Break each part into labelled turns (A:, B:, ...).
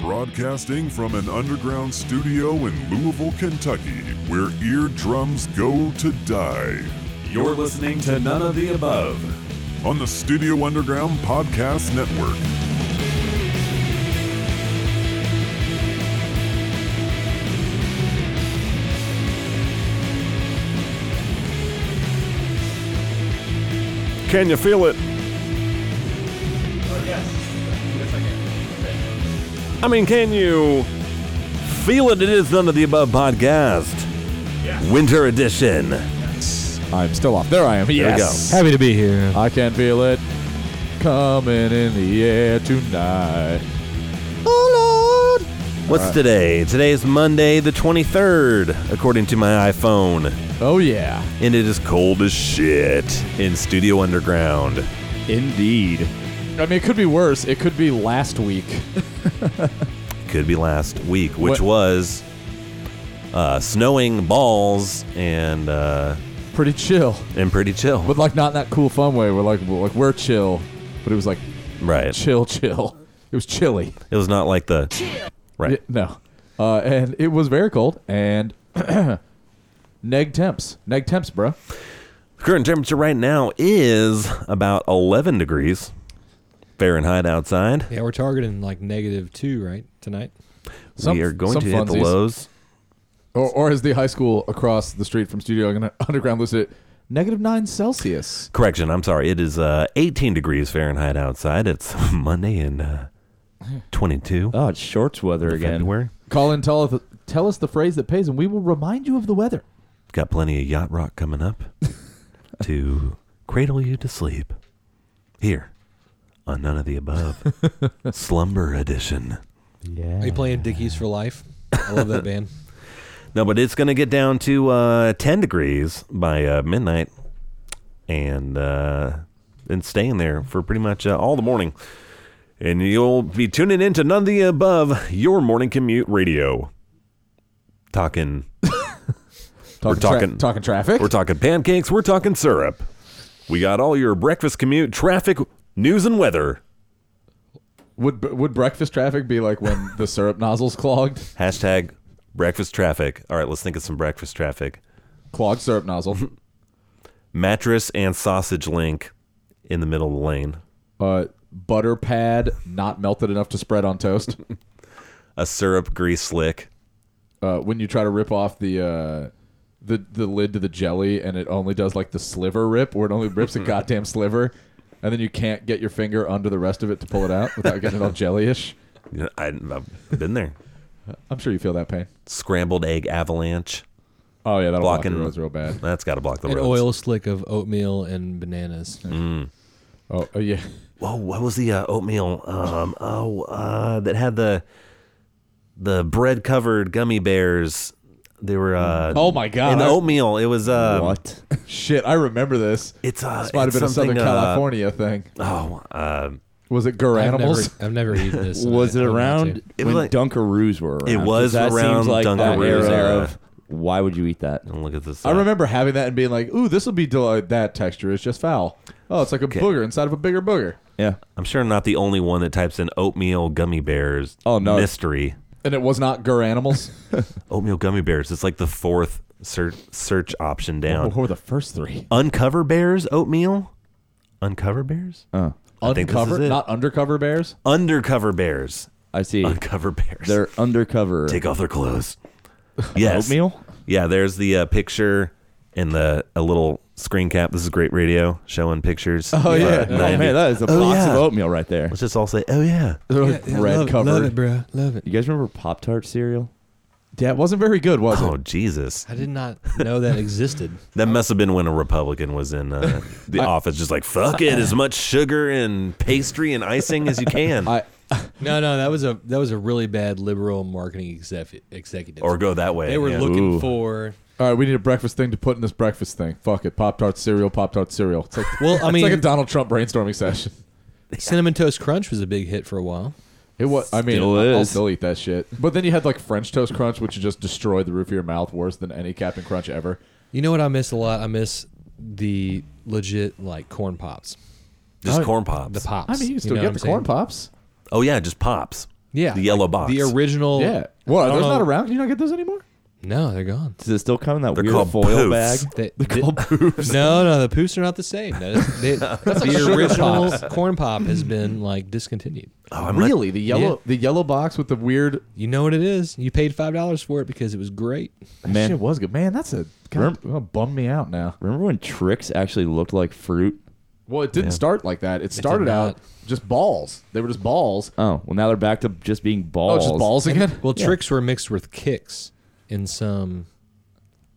A: broadcasting from an underground studio in Louisville, Kentucky, where eardrums go to die.
B: You're listening to None of the Above.
A: On the Studio Underground Podcast Network.
C: Can you feel it? I mean, can you feel it? It is none of the above podcast, winter edition.
D: I'm still off. There I am.
C: There we go.
E: Happy to be here.
D: I can feel it coming in the air tonight.
C: Oh Lord! What's today? Today is Monday, the twenty-third, according to my iPhone,
D: Oh yeah.
C: and it is cold as shit in Studio Underground.
D: Indeed. I mean, it could be worse. It could be last week.
C: Could be last week, which
D: What-
C: was uh, snowing balls and uh,
D: Pretty chill,
C: and pretty chill.
D: but like not in that cool fun way. We're like, we're like we're chill, but it was like
C: Right.
D: chill, chill. It was chilly.
C: It was not like the
D: Yeah,
C: right.
D: no. Uh, and it was very cold and neg temps. Neg temps, bro.
C: Current temperature right now is about 11 degrees Fahrenheit outside.
E: Yeah, we're targeting like negative two, right? Tonight.
D: Some-
C: we are going
D: some
C: to hit the
D: funsies.
C: lows.
D: Or, or as the high school across the street from Studio Under- Underground listed it, negative nine Celsius.
C: Correction, I'm sorry. It is uh, 18 degrees Fahrenheit outside. It's Monday and uh, 22
F: Oh, it's shorts weather
C: of
F: again.
C: February.
D: Call in, tell us, tell us the phrase that pays, and we will remind you of the weather.
C: Got plenty of yacht rock coming up to cradle you to sleep here on None of the Above Slumber Edition.
E: Are you playing Dickies for Life? I love that band.
C: No, but it's going to get down to uh, 10 degrees by uh, midnight and uh, and staying there for pretty much uh, all the morning. And you'll be tuning into None of the Above, your morning commute radio. Talking,
D: Talking
C: talking-
D: talking traffic.
C: we're talking pancakes, we're talking syrup. We got all your breakfast commute, traffic, news, and weather.
D: would would breakfast traffic be like when the syrup nozzles clogged?
C: Hashtag breakfast traffic. All right, let's think of some breakfast traffic.
D: Clogged syrup nozzle.
C: Mattress and sausage link in the middle of the lane.
D: Uh, butter pad not melted enough to spread on toast.
C: A syrup grease slick.
D: uh, when you try to rip off the uh, the the lid to the jelly and it only does like the sliver rip where it only rips a goddamn sliver and then you can't get your finger under the rest of it to pull it out without getting it all jellyish.
C: Yeah, I, have been there.
D: I'm sure you feel that pain.
C: Scrambled egg avalanche.
D: Oh yeah, that'll block
C: Blocking-
D: your roads real bad.
C: That's got to block the
E: An
C: roads.
E: oil slick of oatmeal and bananas.
D: Oh, oh, yeah.
C: Whoa, what was the uh, oatmeal? Um, oh, uh, that had the the bread covered gummy bears. They were uh,
D: Oh my
C: in
D: god.
C: the
D: I-
C: oatmeal. It was um,
F: What?
D: shit, I remember this.
C: It's uh,
D: This might have
C: it's
D: been a Southern
C: something, uh,
D: California thing.
C: Oh, um,
D: Was it Gur
E: I've
D: Animals?
E: never, I've never eaten this. and
F: Was
E: I-
F: it
E: I want
F: around
E: to.
C: It was
F: when
C: like-
F: Dunkaroos were around?
C: It
F: 'Cause
C: was
F: that
C: around
F: seems like that
C: Dunkaroos
F: era,
C: era.
F: of why would you eat that?
C: don't look at this.
D: I
C: uh,
D: remember having that and being like, "Ooh, this will be del- that texture is just foul." Oh, it's like a booger inside of a bigger booger.
F: Yeah.
C: I'm sure I'm not the only one that types in oatmeal gummy bears.
F: Oh, no.
C: mystery
D: And it was not Gur Animals.
C: oatmeal gummy bears. It's like the fourth search search option down.
F: were the first three?
C: Uncover bears oatmeal. Uncover bears.
F: Uh,
C: I think this
D: Uncover,
C: is it.
D: not undercover bears.
C: Undercover bears.
F: I see.
C: Uncover bears.
F: They're undercover.
C: Take off their clothes. Yes.
F: Oatmeal?
C: Yeah. There's the uh, picture and the a little screen cap. This is great radio showing pictures.
D: Oh, yeah.
F: Oh man, that is a
C: Oh,
F: box
C: yeah.
F: of oatmeal right there.
C: Let's just all say, oh yeah.
D: They're like
E: Yeah,
D: red
E: love,
D: covered.
E: Love it, bro. Love it.
F: You guys remember Pop Tart cereal?
D: Yeah, it wasn't very good, was
C: Oh
D: it?
C: Jesus.
E: I did not know that existed.
C: That must have been when a Republican was in uh, the office, just like fuck it, as much sugar and pastry and icing as you can,
D: I
E: No, no, that was a that was a really bad liberal marketing exec- executive.
C: or go that way.
E: they were
C: yeah.
E: looking
F: Ooh.
E: for.
D: all right. We need a breakfast thing to put in this breakfast thing. Fuck it, Pop Tart cereal, Pop Tart cereal. It's like
E: Well, I
D: it's
E: mean,
D: like a Donald Trump brainstorming session.
E: cinnamon toast crunch was a big hit for a while.
D: It was. I mean,
F: Still
D: I'll- I'll
F: is.
D: still eat that shit. But then you had like French toast crunch, which would just destroy the roof of your mouth, worse than any Captain Crunch ever.
E: You know what I miss a lot? I miss the legit like corn pops,
C: just corn pops.
E: the pops.
D: I mean, you can still
E: know
D: get
E: what
D: the
E: I'm
D: corn
E: saying?
D: pops.
C: oh yeah, just pops.
E: Yeah,
C: The yellow box.
E: The original.
D: Yeah. What?
E: I
D: Are
E: don't
D: those not
E: know.
D: around? Can you not get those anymore?
E: No, they're gone.
F: Does it still come in that
C: They're
F: weird
C: called
F: foil
C: poofs.
F: bag?
E: They-
F: They're
E: they-
F: called poofs.
E: No, no, the poofs are not the same. That is- they- the original corn pop has been like discontinued.
C: Oh, I'm
D: really? the yellow
E: Yeah.
D: the yellow box with the weird
E: You know what it is? You paid five dollars for it because it was great.
F: Man.
D: man. shit was good. Man, that's a God, that bummed me out now.
F: Remember when tricks actually looked like fruit?
D: Well, it didn't start like that. It started
E: did not.
D: out just balls. They were just balls.
F: Oh, well now they're back to just being
D: Oh,
F: balls.
D: it's just balls again.
E: Well, tricks were mixed with kicks in some.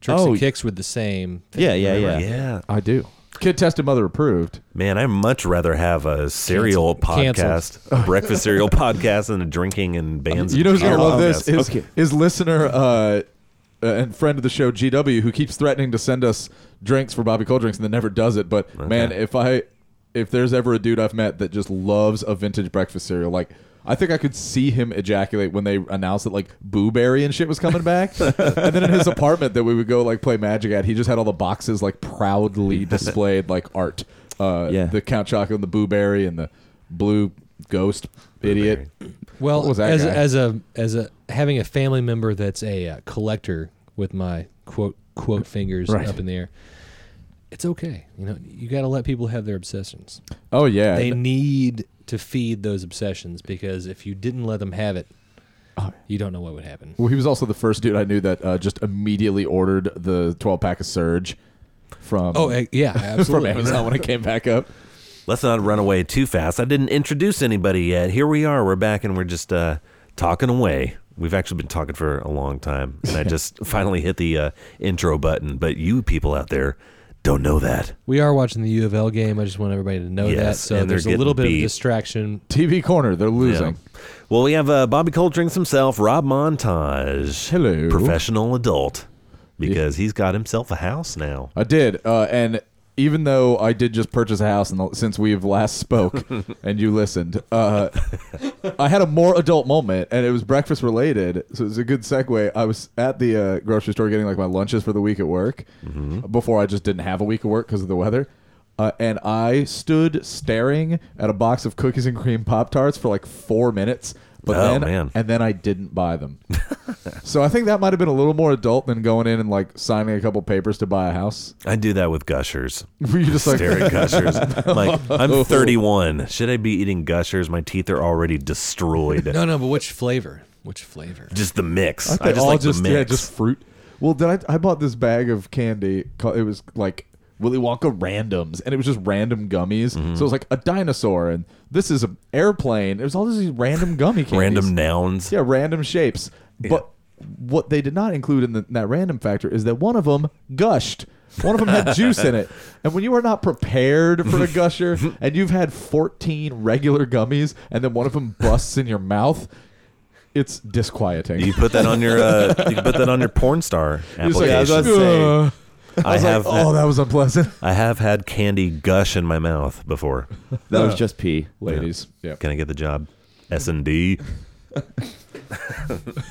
E: Tricks
F: Oh.
E: and kicks with the same. Thing.
F: Yeah, yeah, yeah.
C: Yeah.
D: I do. Kid tested mother approved.
C: Man, I'd much rather have a cereal
E: Canceled.
C: podcast, a breakfast cereal podcast, than a drinking and bands.
D: You know who's gonna
C: podcast.
D: love this is
F: Okay.
D: is listener uh, uh, and friend of the show GW who keeps threatening to send us drinks for Bobby Cold drinks and then never does it. But man, if I if there's ever a dude I've met that just loves a vintage breakfast cereal, like I think I could see him ejaculate when they announced that like Boo Berry and shit was coming back. and then in his apartment that we would go like play magic at, he just had all the boxes like proudly displayed like art. Uh,
F: Yeah.
D: the Count Chocolate and the Boo Berry and the blue ghost idiot.
E: Well,
D: What was that
E: as
D: guy?
E: as a as a having a family member that's a uh, collector with my quote quote fingers
D: Right.
E: up in the air, it's okay. You know, you got to let people have their obsessions.
D: Oh yeah.
E: They need to feed those obsessions because if you didn't let them have it, you don't know what would happen.
D: Well, he was also the first dude I knew that uh, just immediately ordered the 12 pack of Surge from
E: Oh eh, yeah,
D: from
E: absolutely.
D: Amazon when it came back up.
C: Let's not run away too fast. I didn't introduce anybody yet. Here we are. We're back and we're just uh, talking away. We've actually been talking for a long time, and I just finally hit the uh, intro button. But you people out there don't know that.
E: We are watching the U of L game. I just want everybody to know that.
C: Yes,
E: So
C: and they're
E: there's a little
C: getting
E: bit
C: beat.
E: of distraction.
D: TV Corner, they're losing.
C: Yeah. Well, we have uh, Bobby Cold Drinks himself, Rob Montage.
D: Hello.
C: Professional adult. Because he's got himself a house now.
D: I did, uh, and even though I did just purchase a house in the, since we've last spoke and you listened, uh, I had a more adult moment, and it was breakfast related, so it's a good segue. I was at the uh, grocery store getting like my lunches for the week at work
C: Mm-hmm.
D: before I just didn't have a week of work because of the weather. Uh, and I stood staring at a box of cookies and cream pop tarts for like four minutes, but
C: Oh,
D: then
C: man.
D: and then I didn't buy them. so I think that might have been a little more adult than going in and like signing a couple papers to buy a house.
C: I do that with gushers.
D: Were you just like
C: Stare at gushers. I'm like, I'm 31. Should I be eating gushers? My teeth are already destroyed.
E: No, no, but which flavor? Which flavor?
C: Just the mix. I
D: they
C: just
D: all
C: like
D: just
C: the mix.
D: yeah, just fruit. Well, did I? I bought this bag of candy. ca- It was like Willy Wonka randoms, and it was just random gummies.
C: Mm-hmm.
D: So it was like a dinosaur, and this is an airplane. It was all just these random gummy candies.
C: Random nouns.
D: yeah, random shapes. But what they did not include in, the, in that random factor is that one of them gushed. One of them had juice in it. And when you are not prepared for a gusher and you've had 14 regular gummies and then one of them busts in your mouth, it's disquieting.
C: You put that on your uh, you can put that on your porn star
D: It's like,
C: application.
D: "Ugh."
F: saying.
C: I, have
D: oh, that was unpleasant.
C: I have had candy gush in my mouth before.
F: That was just pee.
D: Ladies, yeah.
C: Can I get the job? S and D.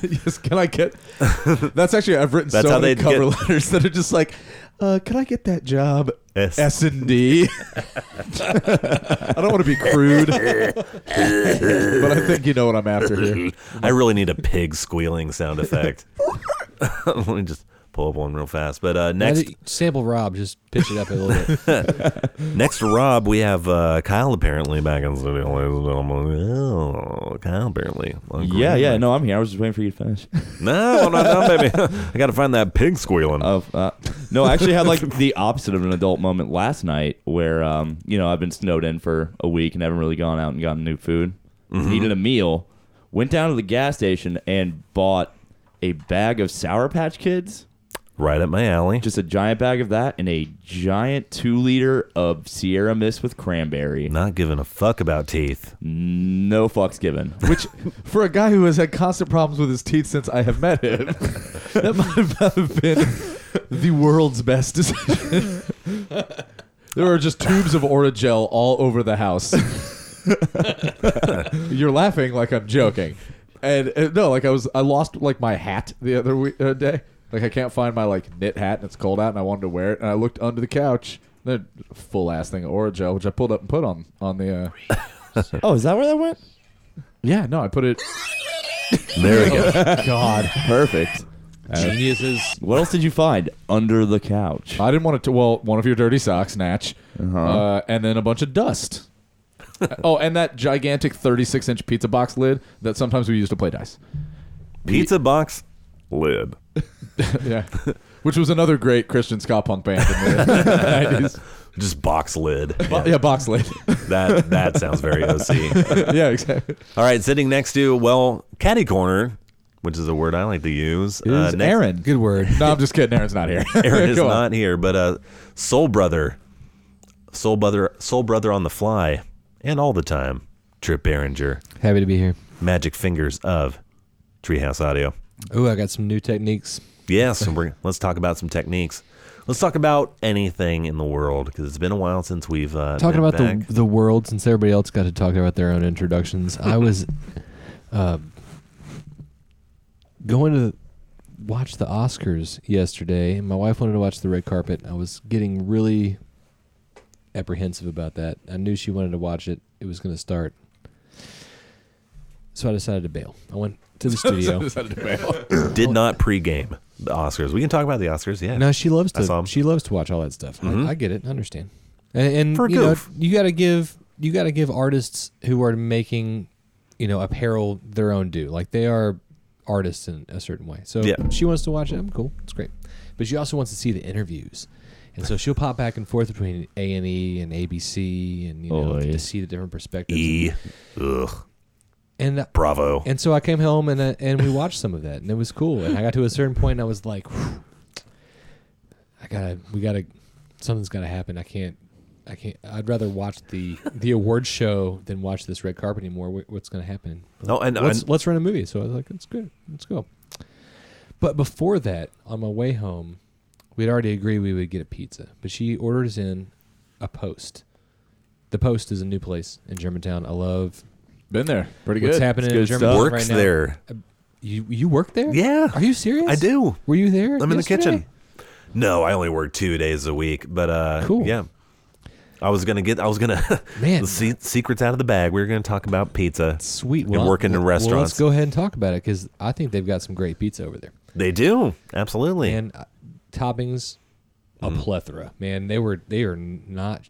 D: yes, can I get? That's actually I've written
C: That's
D: so
C: how
D: many
C: they'd
D: cover
C: get-
D: letters that are just like, uh, "Can I get that job?"
C: S.
D: S and D. I don't want to be crude, but I think you know what I'm after here.
C: I really need a pig squealing sound effect. Let me just pull up one real fast. But uh,
E: Now
C: next
D: e-
E: that- sample Rob, just pitch it up a little bit.
C: Next to Rob, we have uh, Kyle apparently back in the studio. ladies and gentlemen. Oh, Kyle apparently.
F: Yeah, yeah. No, I'm here. I was just waiting for you to finish.
C: No, I'm not done, baby. I got to find that pig squealing.
F: Oh, uh, no, I actually had like the opposite of an adult moment last night where, um, you know, I've been snowed in for a week and haven't really gone out and gotten new food.
C: Mm-hmm.
F: Needed a meal. Went down to the gas station and bought a bag of Sour Patch Kids,
C: Right up my alley.
F: just a giant bag of that, and a giant two liter of Sierra Mist with cranberry.
C: not giving a fuck about teeth.
F: No fucks given.
D: Which, for a guy who has had constant problems with his teeth since I have met him, that might have been the world's best decision. there are just tubes of Oragel all over the house. You're laughing like I'm joking, and uh, no, like I was, I lost like my hat the other we- uh, day. Like I can't find my like knit hat, and it's cold out, and I wanted to wear it, and I looked under the couch. and a Full ass thing of Oragel, which I pulled up and put on on the. Uh,
F: Oh, is that where that went?
D: yeah, no, I put it.
C: There we go.
E: God.
F: Perfect.
E: Geniuses.
F: What else did you find under the couch?
D: I didn't want it to. Well, one of your dirty socks, Natch,
E: Uh-huh.
D: uh and then a bunch of dust. oh, and that gigantic 36 inch pizza box lid that sometimes we used to play dice.
C: Pizza box lid.
D: yeah, which was another great Christian ska punk band in the 90s.
C: Just box lid.
D: Bo- yeah, box lid.
C: That that sounds very OC.
D: yeah, exactly.
C: All right, sitting next to well, caddy corner, which is a word I like to use. Uh,
D: Is
C: next-
D: Aaron?
E: Uh, Good word.
D: No, I'm just kidding. Aaron's not here.
C: Aaron is
D: Go on.
C: not here, but uh, Soul Brother, Soul Brother, Soul Brother on the fly, and all the time. Trip Behringer,
E: Happy to be here.
C: Magic Fingers of Treehouse Audio.
E: Oh, I got some new techniques.
C: Yes, and we're, let's talk about some techniques. Let's talk about anything in the world because it's been a while since we've uh,
E: Talking
C: been
E: about the,
C: back.
E: the world, since everybody else got to talk about their own introductions, I was uh, going to watch the Oscars yesterday. My wife wanted to watch the red carpet. I was getting really apprehensive about that. I knew she wanted to watch it. It was going to start. So I decided to bail. I went to the studio.
C: did not pregame the Oscars. We can talk about the Oscars. Yeah,
E: No, she loves
C: I saw 'em.
E: to. She loves to watch all that stuff. I, I get it. I understand. And, and
C: For a
E: you know,
C: goof.
E: you got to give you got to give artists who are making, you know, apparel their own due. Like they are artists in a certain way. So
C: Yeah.
E: she wants to watch it. I'm cool. It's great. But she also wants to see the interviews. And so she'll pop back and forth between A and E and ABC, and you know,
F: Oy.
E: to see the different perspectives.
C: E, ugh,
E: And
C: Bravo.
E: and so I came home and uh, and we watched some of that, and it was cool. And I got to a certain point, and I was like, "Whew, I gotta, we gotta, something's gotta happen. I can't, I can't. I'd rather watch the the award show than watch this red carpet anymore. Wh- What's gonna happen?
C: No, and-
E: let's
C: and-
E: let's run a movie. So I was like, it's good. Let's go. But before that, on my way home, we'd already agreed we would get a pizza, but she orders in a post. The Post is a new place in Germantown. I love
D: Been there. Pretty
E: what's
D: good.
E: happening in
F: good
E: Germany
F: stuff.
E: uh, right
C: Works
E: now.
C: there.
E: You you work there?
C: Yeah.
E: Are you serious?
C: I do.
E: Were you there?
C: I'm in the
E: yesterday?
C: kitchen. No, I only work two days a week, but uh,
E: Cool.
C: Yeah, I was gonna get. I was gonna
E: Man.
C: the se- secrets out of the bag. We were gonna talk about pizza.
E: Sweet.
C: and
E: Well,
C: working in
E: well, Well, let's
C: restaurants.
E: go ahead and talk about it because I think they've got some great pizza over there
C: They do absolutely.
E: and uh, toppings, a
C: Mm.
E: plethora. Man, they were they are not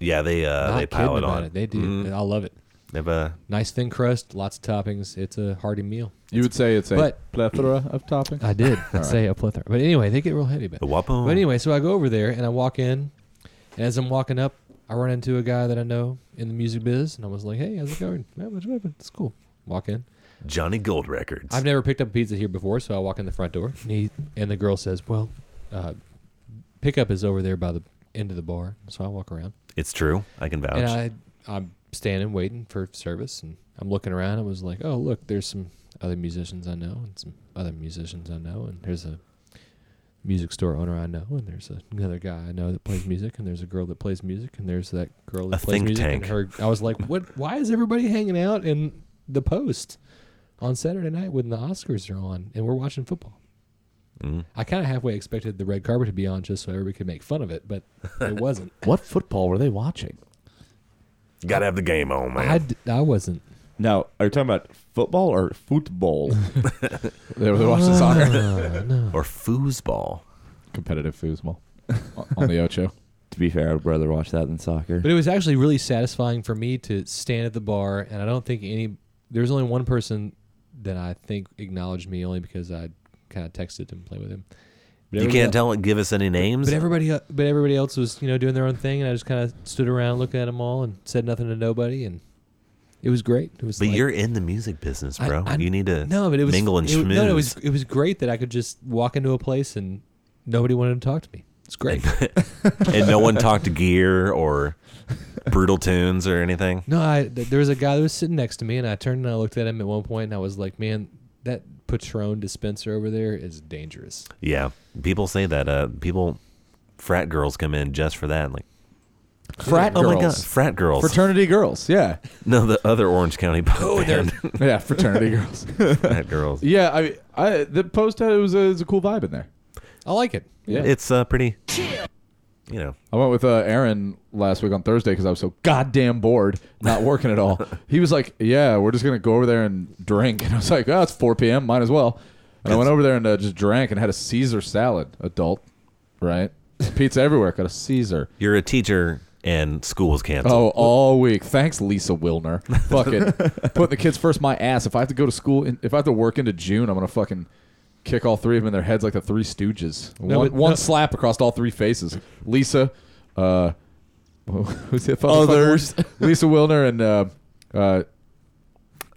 C: yeah, they uh,
E: not
C: they
E: kidding
C: pile it
E: about
C: on.
E: it. They do.
C: Mhm.
E: I love it.
C: They've, uh,
E: Nice thin crust, lots of toppings. It's a hearty meal.
D: You would say it's a
E: But-
D: plethora of toppings.
E: I did say a plethora, but anyway, they get real heady. But
C: the Wapo.
E: But anyway, so I go over there and I walk in, and as I'm walking up, I run into a guy that I know in the music biz, and I was like, "Hey, how's it going? Man, what's happening? It's cool." Walk in.
C: Johnny Gold Records.
E: I've never picked up pizza here before, so I walk in the front door, and he and the girl says, "Well, uh, pickup is over there by the end of the bar." So I walk around,
C: it's true. I can vouch.
E: and I I'm standing waiting for service, and I'm looking around. I was like, "Oh, look, there's some other musicians I know, and some other musicians I know, and there's a music store owner I know, and there's a, another guy I know that plays music, and there's a girl that plays music, and there's that girl that
C: A
E: plays
C: think
E: music."
C: tank.
E: And her, I was like, "What? Why is everybody hanging out in the post on Saturday night when the Oscars are on, and we're watching football?"
C: Mm.
E: I kind of halfway expected the red carpet to be on just so everybody could make fun of it, but it wasn't.
D: What football were they watching?
C: Gotta have the game on, man.
E: I, d- I wasn't.
F: Now, are you talking about football or football?
D: They were watching soccer.
E: Uh, no.
C: or foosball.
D: Competitive foosball O- on the Ocho.
F: to be fair, I'd rather watch that than soccer.
E: But it was actually really satisfying for me to stand at the bar, and I don't think any. There's only one person that I think acknowledged me only because I kind of texted him, play with him. But
C: You
E: everybody
C: can't
E: el-
C: tell. Give us any names.
E: But everybody, el- but everybody else was you know doing their own thing, and I just kind of stood around looking at them all and said nothing to nobody, and it was great. It was.
C: But
E: like-
C: you're in the music business,
E: I-
C: bro.
E: I-
C: you need to
E: no, but it was
C: mingle and
E: it,
C: schmooze.
E: No, no, it was it was great that I could just walk into a place and nobody wanted to talk to me. It's great.
C: and no one talked gear or brutal tunes or anything.
E: No, I th- there was a guy that was sitting next to me, and I turned and I looked at him at one point, and I was like, "Man, that Patron dispenser over there is dangerous."
C: Yeah, people say that. Uh, people, frat girls come in just for that. Like,
D: Frat
C: oh
D: girls.
C: my god, frat girls.
D: Fraternity girls. Yeah.
C: no, the other Orange County punk band.
D: Yeah, fraternity girls.
C: frat girls.
D: Oh, Yeah, I, I the post had it was a, it was a cool vibe in there.
E: I like it.
D: Yeah.
C: It's uh, pretty. you know,
D: I went with uh, Aaron last week on Thursday because I was so goddamn bored, not working at all. He was like, "Yeah, we're just gonna go over there and drink," and I was like, "Oh, it's 4 p.m. Might as well." And I went over there and uh, just drank and had a Caesar salad, adult, right? Pizza everywhere, got a Caesar.
C: you're a teacher and school is canceled.
D: Oh, all week. Thanks, Lisa Wilner. Fucking putting the kids first. My ass. If I have to go to school, in, if I have to work into June, I'm gonna fucking kick all three of them in their heads like the Three Stooges.
E: No,
D: one
E: but-
D: one
E: no.
D: slap across all three faces. Lisa, uh, who's the fucking
F: Others.
D: fucking one? Lisa Wilner and uh, uh,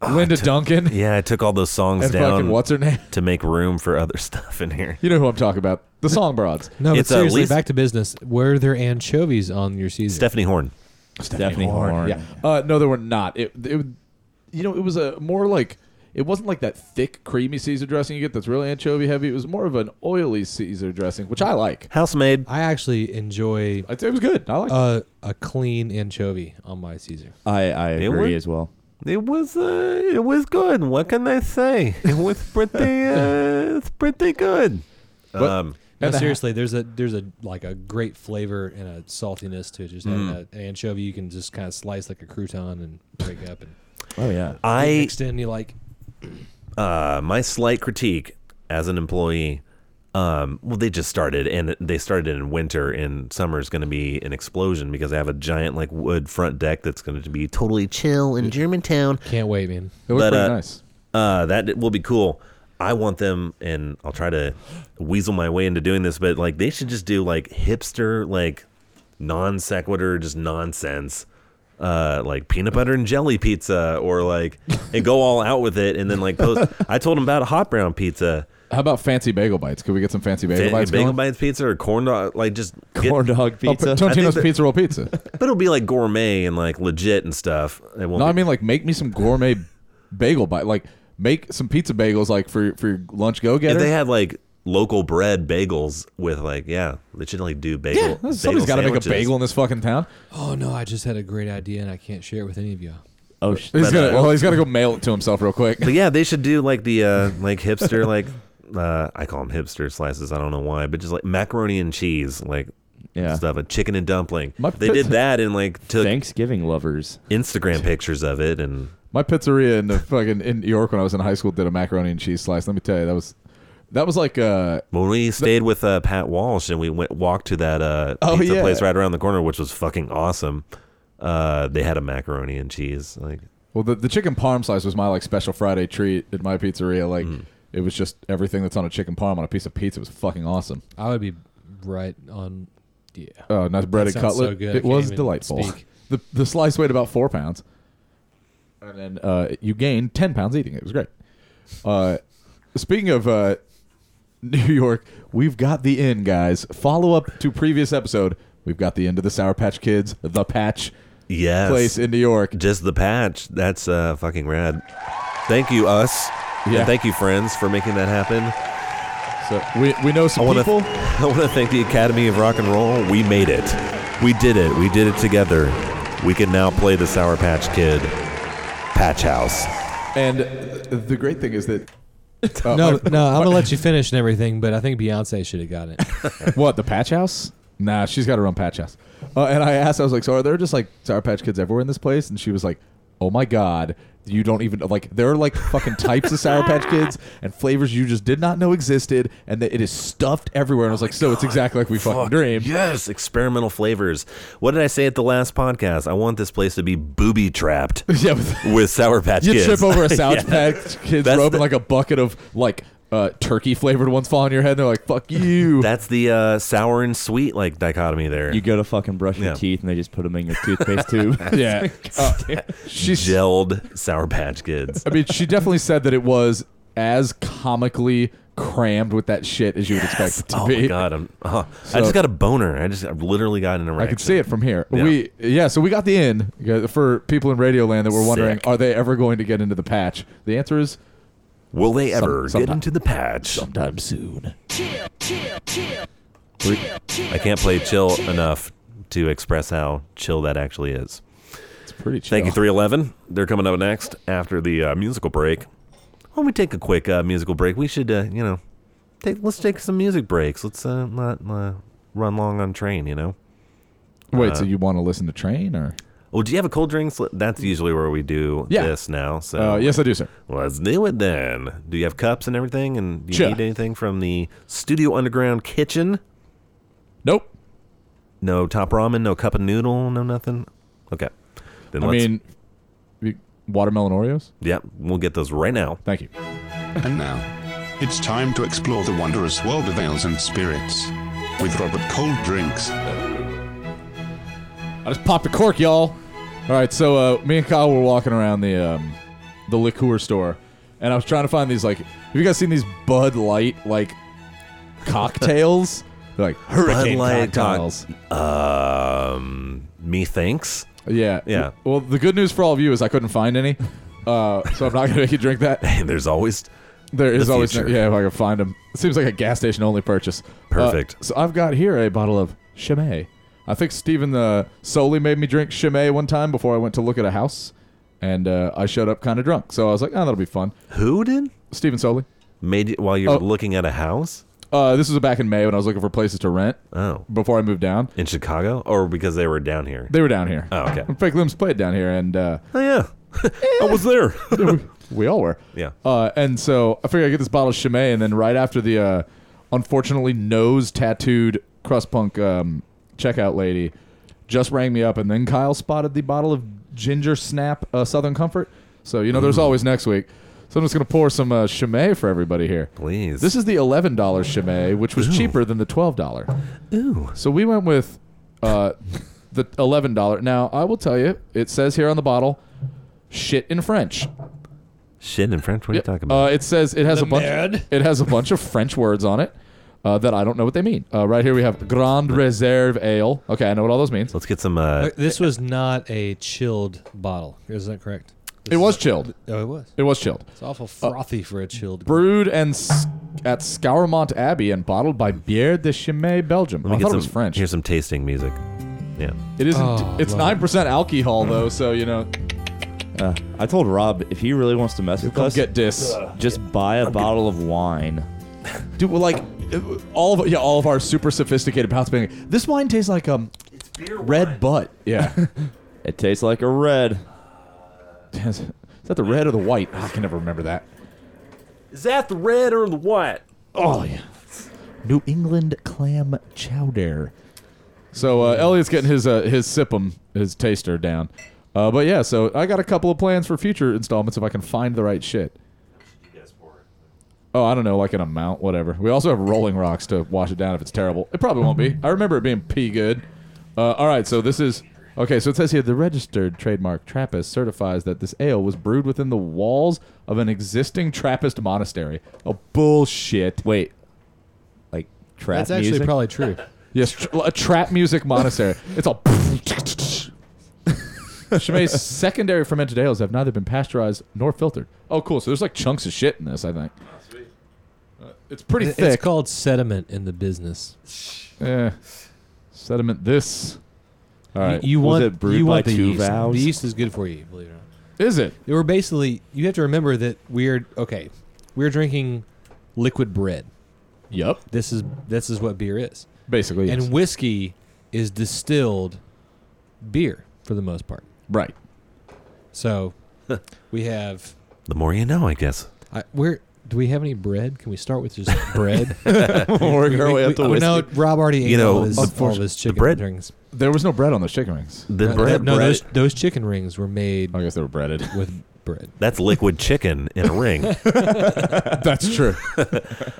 D: Linda Duncan
C: Yeah, I took all those songs
D: Oh. and
C: down
D: fucking what's her name?
C: to make room for other stuff in here.
D: You know who I'm talking about? The song broads.
C: but
E: No, but
C: It's, uh, seriously,
E: seriously,
C: Lisa- back
E: back to business. Were there anchovies on your season?
C: Stephanie Horn.
F: Stephanie Horn.
D: Yeah. Uh, no, they were not. It, it, you know, it was a more like it wasn't like that thick creamy Caesar dressing you get that's really anchovy heavy. It was more of an oily Caesar dressing, which I like.
C: Housemaid.
E: I actually enjoy
D: I'd say it was good. I like.
E: uh, a clean anchovy on my Caesar.
F: I, I
C: They
F: agree
C: were-
F: as well.
C: It was uh, it was good. What can I say? It was pretty uh, it's pretty good. Um,
E: No,
D: And the ha-
E: seriously, there's a there's a like a great flavor and a saltiness to it. Just having a, an anchovy, you can just kind of slice like a crouton and break up and
F: Oh yeah.
C: I
E: mixed in. You like
C: uh, my slight critique as an employee. Um, well, they just started, and they started in winter, and summer is going to be an explosion because they have a giant like wood front deck that's going to be totally chill in Germantown.
E: can't wait, man.
D: it
C: but,
D: looked pretty
C: uh,
D: nice.
C: Uh, that will be cool. I want them, and I'll try to weasel my way into doing this, but like they should just do like hipster, like non sequitur, just nonsense, uh, like peanut butter and jelly pizza, or like and go all out with it, and then like post. I told them about hot brown pizza,
D: How about fancy bagel bites? Could we get some fancy bagel
C: bagel,
D: bites?
C: bagel
D: going?
C: bites pizza, or corn dog, like just get-
F: Corn dog
D: Oh,
F: pizza.
C: I think
D: Totino's
C: that-
D: pizza roll pizza.
C: but it'll be like gourmet and like legit and stuff. It won't be-
D: no, I mean like make me some gourmet bagel bite. Like make some pizza bagels like for for your lunch go
C: if
D: getter.
C: they had like local bread bagels with like yeah, they should like do bagel.
D: yeah, somebody's got to make a
C: sandwiches.
D: bagel in this fucking town.
E: Oh no, I just had a great idea and I can't share it with any of you.
F: oh sh-
D: He's
C: But,
D: gonna,
C: uh,
D: well, he's got to go mail it to himself real quick.
C: But yeah, they should do like the uh like hipster like uh I call them hipster slices. I don't know why, but just like macaroni and cheese like
F: Yeah.
C: stuff, a chicken and dumpling.
D: My
C: they did
D: pizza-
C: that and like took
F: Thanksgiving lovers.
C: Instagram pictures of it and
D: My pizzeria in the fucking in New York when I was in high school did a macaroni and cheese slice. Let me tell you, that was that was like uh
C: when we stayed with uh, Pat Walsh and we went walked to that uh
D: Oh,
C: pizza
D: yeah.
C: place right around the corner, which was fucking awesome. Uh, they had a macaroni and cheese like
D: well the, the chicken parm slice was my like special Friday treat at my pizzeria. Like it was just everything that's on a chicken parm on a piece of pizza It was fucking awesome.
E: I would be right on. Yeah.
D: Oh, nice breaded
E: sounds so
D: cutlet.
E: good, I
D: It
E: can't
D: was
E: even
D: delightful.
E: speak.
D: The the slice weighed about four pounds, and then uh, you gained ten pounds eating it. It was great. Uh, speaking of uh, New York, we've got the inn, guys. Follow up to previous episode. We've got the end of the Sour Patch Kids, the Patch
C: yes.
D: place in New York.
C: just the patch. That's uh, fucking rad. Thank you, us.
D: Yeah.
C: And thank you, friends, for making that happen.
D: So we, we know
C: I
D: some
C: want to
D: people.
C: I want to thank the Academy of Rock and Roll. We made it. We did it. We did it together. We can now play the Sour Patch Kid Patch House.
D: And the great thing is that uh,
E: No,
D: my-
E: no, I'm gonna let you finish and everything, but I think Beyonce should have got it.
D: What the Patch House? Nah, she's got her own Patch House. Uh, and I asked, I was like, "So are there just like Sour Patch Kids everywhere in this place?" And she was like, "Oh my God, you don't even like there are like fucking types of Sour Patch Kids and flavors you just did not know existed, and that it is stuffed
C: Oh
D: everywhere." And I was like, "So it's exactly like we fucking dreamed."
C: Yes, experimental flavors. What did I say at the last podcast? I want this place to be booby trapped
D: yeah, but
C: with Sour Patch
D: you
C: Kids.
D: trip over a Sour
C: Yeah.
D: Patch Kids
C: That's
D: robe
C: the-
D: and like a bucket of like uh, turkey flavored ones fall on your head. And they're like, "Fuck you."
C: That's the uh, sour and sweet like dichotomy there.
F: You go to fucking brush
C: Yeah.
F: your teeth and they just put them in your toothpaste tube.
D: yeah, uh, she's
C: Gelled Sour Patch Kids.
D: I mean, she definitely said that it was as comically crammed with that shit as you would expect it to
C: Oh
D: be.
C: my god! I'm, oh, I
D: So-
C: just got a boner. I just I literally got an erection.
D: I could see it from here.
C: Yeah.
D: We yeah, so we got the in Yeah, for people in Radio Land that were wondering,
C: Sick.
D: are they ever going to get into the patch? The answer is
C: Will they ever get
D: sometime-
C: into the patch?
F: Sometime soon.
C: I can't play chill enough to express how chill that actually is.
D: it's pretty chill.
C: Thank you, 311. They're coming up next after the uh, musical break. When we take a quick uh, musical break, we should, uh, you know, take, let's take some music breaks. Let's uh, not uh, run long on train, you know?
D: Wait,
C: uh,
D: so you want to listen to Train or?
C: Well, Oh, do you have a cold drinks? li- That's usually where we do
D: Yeah.
C: this now. So
D: Uh, yes, I do, sir.
C: let's do it then. Do you have cups and everything? And do you
D: Sure.
C: need anything from the Studio Underground kitchen?
D: Nope.
C: No top ramen, no cup of noodle, no nothing. Okay. Then
D: I
C: let's,
D: mean, we- watermelon Oreos.
C: yeah, we'll get those right now.
D: Thank you.
G: And now, it's time to explore the wondrous world of ales and spirits with Robert Cold Drinks.
D: I just popped a cork, y'all. All right, so uh, me and Kyle were walking around the um, the liqueur store, and I was trying to find these like, have you guys seen these Bud Light like cocktails? They're like hurricane
C: Light cock-
D: cocktails.
C: Um, methinks.
D: yeah,
C: Yeah.
D: Well, the good news for all of you is I couldn't find any, uh, so I'm not gonna make you drink that.
C: There's always
D: There is
C: The
D: always
C: future.
D: yeah. If I can find them, it seems like a gas station only purchase. Uh,
C: Perfect.
D: so I've got here a bottle of Chimay. I think Stephen uh, Soli made me drink Chimay one time before I went to look at a house, and uh, I showed up kind of drunk. So I was like, "Oh, that'll be fun."
C: who did
D: Stephen Soli.
C: made it while you're
D: Oh.
C: looking at a house.
D: Uh, this was back in May when I was looking for places to rent
C: Oh,
D: before I moved down.
C: in Chicago, or because they were down here.
D: They were down here.
C: Oh, okay.
D: Fake Limbs played down here, and uh,
C: Oh yeah, I was there.
D: we all were.
C: Yeah.
D: Uh, and so I figured I'd get this bottle of Chimay, and then right after the uh, unfortunately nose tattooed crust punk um, checkout lady just rang me up, and then Kyle spotted the bottle of ginger snap uh, Southern Comfort. So, you know, there's always next week. So I'm just going to pour some uh, Chimay for everybody here.
C: Please.
D: This is the $11 Chimay, which was cheaper than the $12.
C: ooh.
D: So we went with uh, the eleven dollar. Now I will tell you, it says here on the bottle, shit in French.
C: Shit in French. What are you talking
D: Uh,
C: about?
D: it says it has
E: The
D: a bunch.
E: merde.
D: It has a bunch of French words on it uh, that I don't know what they mean. Uh, right here we have Grande Reserve Ale. Okay, I know what all those means.
C: Let's get some. Uh,
E: This was not a chilled bottle. Is that correct?
D: It was chilled.
E: Oh, it was.
D: It was chilled.
E: It's awful frothy for a chilled.
D: Brewed and s- at Scourmont Abbey and bottled by Bière de Chimay, Belgium.
C: let me
D: I
C: get
D: thought
C: some.
D: it was French.
C: Here's some tasting music. Yeah.
D: It isn't.
E: Oh,
D: it's
E: love it.
D: nine percent alcohol though, so you know,
F: I told Rob if he really wants to mess with
D: don't
F: us,
D: get dis.
F: just buy a bottle of wine.
D: Dude, well, like it- all of yeah, all of our super sophisticated palates being like, this wine tastes like um red butt. Yeah,
F: It tastes like a red.
D: is that the red or the white? I can never remember that.
C: Is that the red or the white?
D: Oh yeah, New England clam chowder. So uh, Elliot's getting his uh, his sip'em his taster down. Uh, but yeah, so I got a couple of plans for future installments if I can find the right shit. Oh, I don't know, like an amount, whatever. We also have Rolling Rocks to wash it down if it's terrible. It probably won't be. I remember it being pee good. Uh, all right, so this is okay. So it says here the registered trademark Trappist certifies that this ale was brewed within the walls of an existing Trappist monastery. Oh bullshit!
F: Wait, like trap
E: That's actually
F: music?
E: probably true.
D: Yes, tr- a trap music monastery. It's all. Chimay's secondary fermented ales have neither been pasteurized nor filtered. Oh, cool. So there's like chunks of shit in this. I think. Uh, It's pretty
E: It-
D: thick.
E: It's called sediment in the business.
D: Eh. Sediment this. All right.
E: You, you
F: Was
E: want
F: it brewed
E: you
F: by
E: want the
F: two
E: yeast.
F: valves?
E: The yeast is good for you, believe it or not.
D: is it?
E: They were basically you have to remember that we're okay. We're drinking liquid bread.
D: Yep.
E: This is this is what beer is.
D: Basically, yes.
E: And whiskey is distilled beer for the most part.
D: right.
E: So we have
C: The more you know, I guess.
E: I, where do we have any bread? Can we start with just bread?
F: Work
C: Oh,
F: our way up to
E: We- we- No,
F: whiskey.
E: Rob already ate
C: You know,
E: all, his,
C: of
E: all
C: course,
E: of his
C: the
E: chicken
C: bread-
E: rings.
D: There was no bread on those chicken rings.
C: The
E: No,
C: bread.
E: no,
C: bread-
E: those those chicken rings were made
D: I guess they were breaded.
E: with bread.
C: That's liquid chicken in a ring.
D: That's true.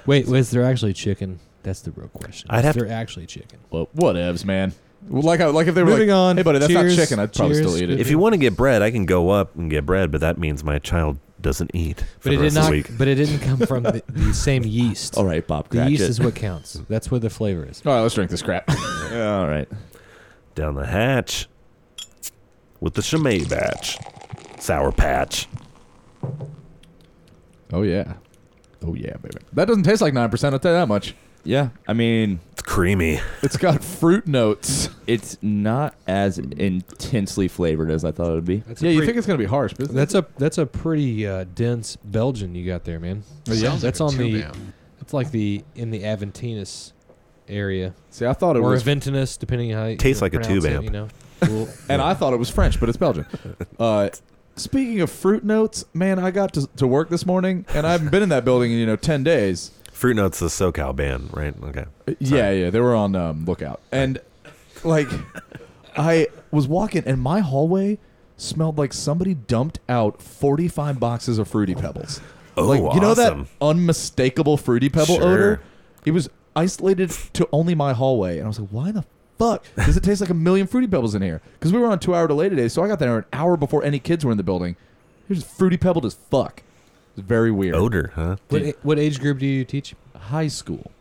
E: Wait, was there actually chicken? That's the real question.
C: I'd
E: Is
C: have
E: there actually chicken?
D: well, whatevs, man. Well, Like, I, like if they were
E: Moving
D: like,
E: on.
D: Hey, buddy, that's
E: Cheers.
D: not chicken. I'd probably
E: Cheers.
D: still eat it.
C: If you want to get bread, I can go up and get bread, but that means my child doesn't eat for
E: But
C: the
E: it did
C: rest of
E: not.
C: the week.
E: But it didn't come from the, the same yeast.
F: All right, Bob.
E: The yeast
F: Cratchit.
E: is what counts. That's where the flavor is.
D: All right, let's drink this crap.
F: All right.
C: Down the hatch with the Chimay batch, sour patch.
D: oh yeah. Oh yeah, baby. That doesn't taste like nine percent. I'll tell you that much.
F: Yeah, I mean,
C: It's creamy.
D: It's got fruit notes.
F: it's not as intensely flavored as I thought it would be.
E: That's
D: Yeah, you think it's gonna be harsh, but
E: that's a that's a pretty uh, dense Belgian you got there, man.
H: Sounds like
E: that's
H: a
E: on
H: two
E: the.
H: down.
E: That's like the in the Aventinus area,
D: See, I thought it
E: or
D: was
E: Aventinus, depending how you
C: Tastes like a
E: pronounce
C: tube
E: it,
C: amp.
E: You know, Well,
D: and I thought it was French, but it's Belgian. Uh, speaking of fruit notes, man, I got to, to work this morning, and I haven't been in that building in you know ten days.
C: Fruit Notes, the SoCal band, right? Okay.
D: Yeah, yeah, they were on um, lookout, and like I was walking, and my hallway smelled like somebody dumped out forty-five boxes of fruity pebbles.
C: Oh,
D: like you know that
C: awesome.
D: unmistakable fruity pebble
C: Sure.
D: odor. It was isolated to only my hallway, and I was like, why the. Fuck! Does it taste like a million fruity pebbles in here? Because we were on a two-hour delay today, so I got there an hour before any kids were in the building. It was fruity pebbled as fuck. It's very weird.
C: Odor, huh?
E: what, a- what age group do you teach?
D: High school.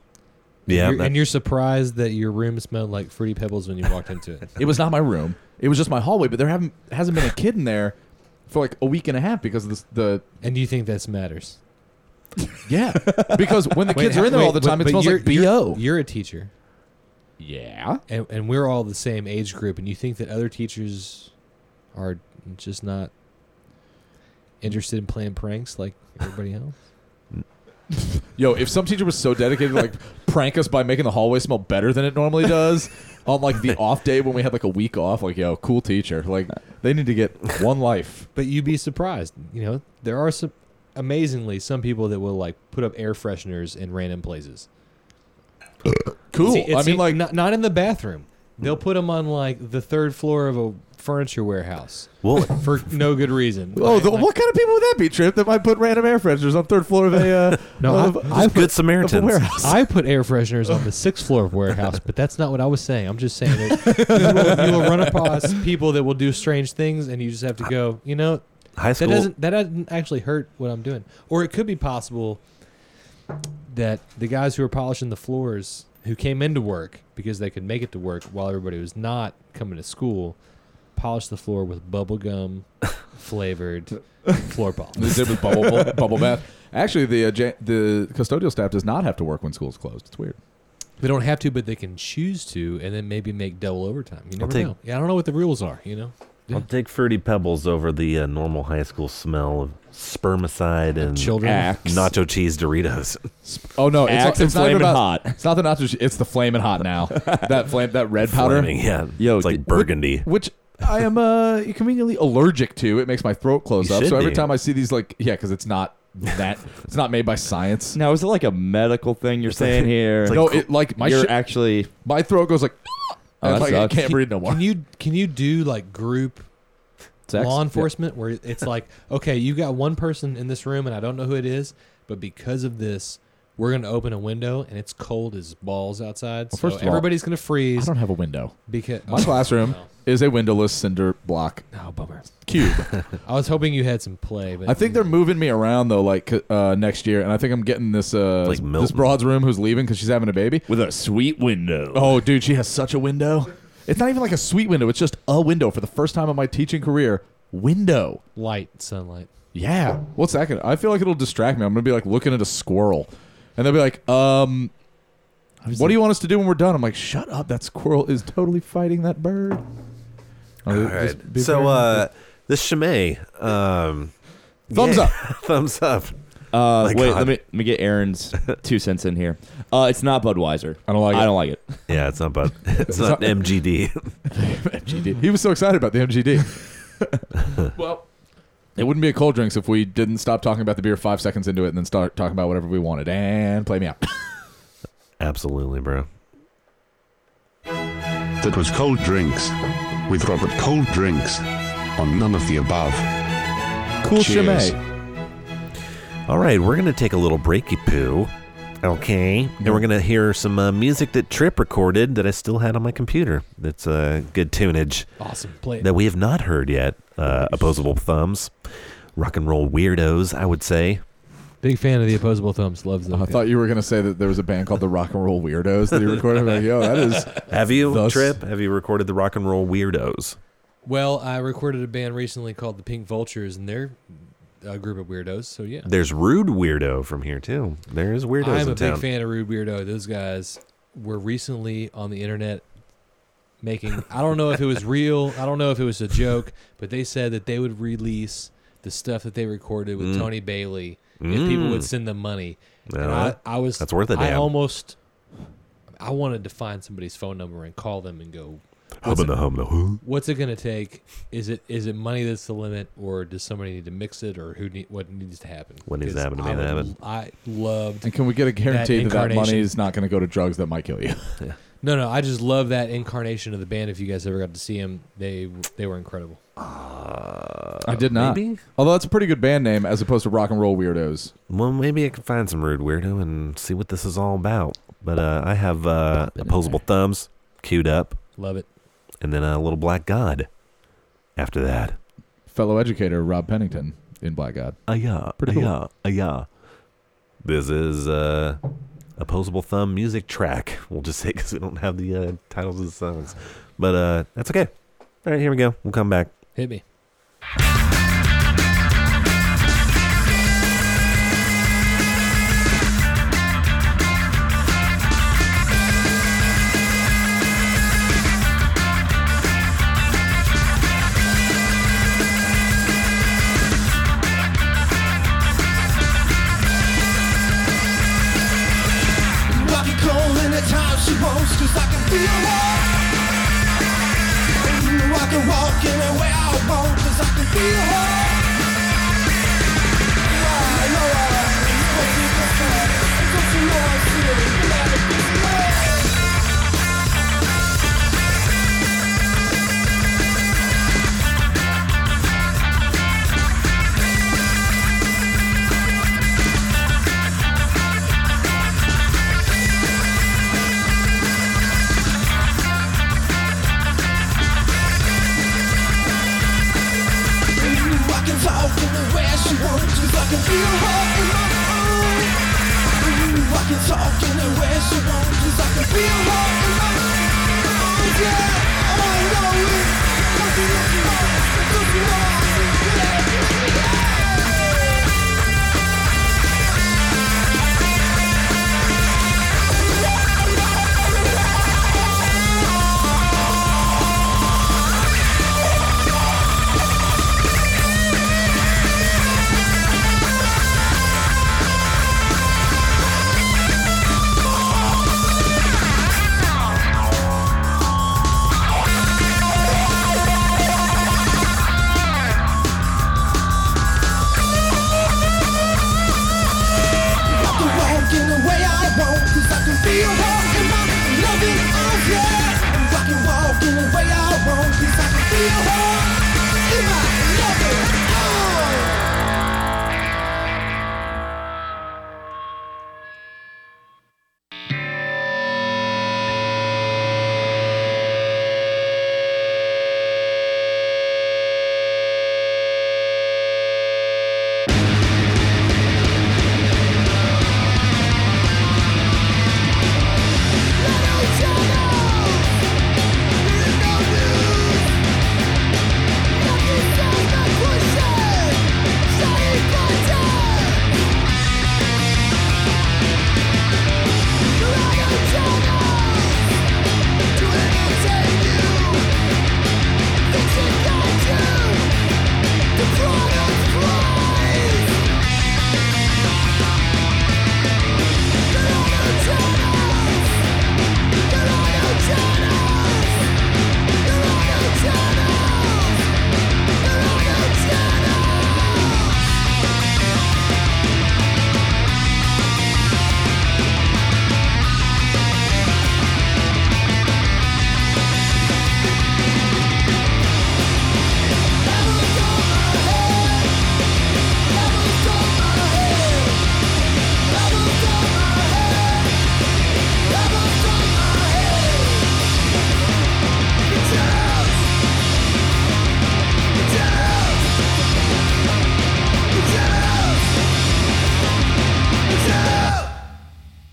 C: Yeah.
E: You're-
C: that-
E: and you're surprised that your room smelled like fruity pebbles when you walked into it.
D: It was not my room. It was just my hallway, but there haven't hasn't been a kid in there for like a week and a half because of this, the
E: And do you think this matters?
D: yeah because when the
E: Wait,
D: kids are in there
E: wait,
D: all the
E: but-
D: time, it
E: but
D: smells
E: you're-
D: like bo.
E: You're, you're a teacher,
D: yeah,
E: and, and we're all the same age group, and you think that other teachers are just not interested in playing pranks like everybody else?
D: yo, if some teacher was so dedicated to like prank us by making the hallway smell better than it normally does on like the off day when we had like a week off, like yo, cool teacher, like they need to get one life.
E: But you'd be surprised. You know, there are some amazingly some people that will like put up air fresheners in random places.
D: Cool.
E: See,
D: I
E: it's-
D: mean, like Hmm.
E: not, not in the bathroom. They'll put them on like the third floor of a furniture warehouse
C: well,
E: for no good reason.
D: oh,
E: Like-
D: the,
E: like-
D: what kind of people would that be, Trip? That might put random air fresheners on third floor of a uh,
E: No,
D: of,
E: I-
D: of
E: I
D: a
C: just good Samaritans.
D: warehouse.
E: I put air fresheners on the sixth floor of warehouse, but that's not what I was saying. I'm just saying that you will, you will run across people that will do strange things, and you just have to go. You know,
C: High
E: that
C: school.
E: doesn't that doesn't actually hurt what I'm doing. Or it could be possible that the guys who were polishing the floors who came into work because they could make it to work while everybody was not coming to school polished the floor with bubblegum flavored floor polish.
D: They did with bubble bu- bubble bath. Actually, the uh, ja- the custodial staff does not have to work when school's closed. It's weird.
E: They don't have to, but they can choose to and then maybe make double overtime. You never
C: take-
E: know. Yeah, I don't know what the rules are, you know.
C: I'll take fruity pebbles over the uh, normal high school smell of spermicide and
E: Children
D: Ah,
F: Axe.
C: nacho cheese Doritos.
D: Oh no, it's,
F: Axe and
D: it's not even
F: Flamin'
D: about,
F: Hot.
D: It's not the nachos. It's the flaming hot now. that flame, that red powder,
C: Flaming, yeah.
F: Yo,
C: it's like
F: did-
C: burgundy.
D: which I am uh, conveniently allergic to. It makes my throat close
C: You
D: up.
C: should
D: So every
C: be.
D: time I see these, like, yeah, because it's not that. it's not made by science.
F: Now, is it like a medical thing you're saying here?
D: no, it like my
F: you're
D: shit-
F: actually
D: my throat goes like, and
F: that
D: like I
F: sucks.
D: can't breathe no more.
E: Can you can you do like group
F: sex? uh,
E: law enforcement where it's like, okay, you got one person in this room and I don't know who it is, but because of this, we're gonna open a window and it's cold as balls outside. so
D: first of all,
E: everybody's gonna
D: I
E: freeze
D: don't have a window.
E: because
D: My classroom is a windowless cinder block
E: No, oh, bummer.
D: cube.
E: I was hoping you had some play, but
D: I think they're moving me around though, like uh, next year, and I think I'm getting this uh,
C: Like
D: this
C: Milton.
D: broad's room who's leaving because she's having a baby.
F: with a sweet window.
D: Oh, dude, she has such a window. It's not even like a sweet window; it's just a window for the first time in my teaching career. Window.
E: light sunlight.
D: Yeah. What's that gonna? I feel like it'll distract me. I'm gonna be like looking at a squirrel, and they'll be like, um. What do you want us to do when we're done? I'm like, shut up! That squirrel is totally fighting that bird.
C: All right. So, uh, this Chimay, um,
D: thumbs
C: yeah.
D: up.
C: thumbs up.
F: Uh,
C: My
F: wait,
C: God.
F: let me let me get Aaron's two cents in here. Uh, it's not Budweiser.
D: I don't like
F: I
D: it.
F: don't like it.
C: Yeah, it's not bud. It's not MGD.
D: MGD. He was so excited about the MGD. well, it wouldn't be a cold drinks if we didn't stop talking about the beer five seconds into it and then start talking about whatever we wanted. And play me out.
C: Absolutely, bro.
G: That was Cold Drinks with Robert Cold Drinks on None of the Above.
D: Cool
G: Cheers.
D: Chimay.
C: All right, we're gonna take a little breaky poo, okay? And we're gonna hear some uh, music that Trip recorded that I still had on my computer. That's a uh, good tunage
E: Awesome. Play it.
C: that we have not heard yet. Uh, opposable thumbs, rock and roll weirdos, I would say.
E: Big fan of the opposable thumbs, loves them.
D: Oh, I thought you were going to say that there was a band called the Rock and Roll Weirdos that he recorded. I'm like, yo, that is.
C: Have you
D: Thus-
C: Trip? Have you recorded the rock and roll weirdos?
E: well, I recorded a band recently called the Pink Vultures and they're a group of weirdos, so yeah.
C: There's rude weirdo from here too. There is weirdos
E: I'm
C: in
E: a
C: town.
E: big fan of Rude Weirdo. Those guys were recently on the internet making. I don't know if it was real. I don't know if it was a joke, but they said that they would release the stuff that they recorded with Tony Bailey if people
C: Mm.
E: would send them money.
C: Uh,
E: and I, I was
C: that's worth a
E: I
C: damn.
E: almost I wanted to find somebody's phone number and call them and go,
C: Hubba the hum the who?
E: what's it going to take? Is it is it money that's the limit, or does somebody need to mix it, or who need, what needs to happen?
C: What needs to
E: 'Cause
C: happen to
E: I
C: make that
E: would-
C: happen?
E: I loved
D: And can we get a guarantee that, that money
E: incarnation.
D: is not going to go to drugs that might kill you?
E: no no. I just love that incarnation of the band. If you guys ever got to see them, they they were incredible.
D: I did not.
C: maybe?
D: Although that's a pretty good band name as opposed to rock and roll weirdos.
C: Well, maybe I can find some rude weirdo and see what this is all about. But uh, I have uh, opposable thumbs queued up,
E: Love it.
C: and then a little black god. After that,
D: Fellow educator Rob Pennington in Black God.
C: ah yeah,
D: Pretty cool.
C: ah yeah, ah yeah. This is uh, opposable thumb music track. We'll just say because we don't have the uh, titles of the songs, but uh, that's okay. All right, here we go. We'll come back.
E: Hit me.
H: Rocky cold in the time she wants Cause I can feel her walk I can walk anywhere I want Cause I can feel her Why, no, why? Don't you know Don't you know I feel it? You gotta be smart. I can talk anywhere she wants Cause I can feel her in my room I can talk anywhere she wants Cause I can feel her in my room Yeah, oh, I know it Don't you know she wants Don't you know I feel it? Yeah. I can walk in the way I want Cause I can feel her in my loving arms, yeah And I can walk in the way I want Cause I Oh. can feel her in my loving arms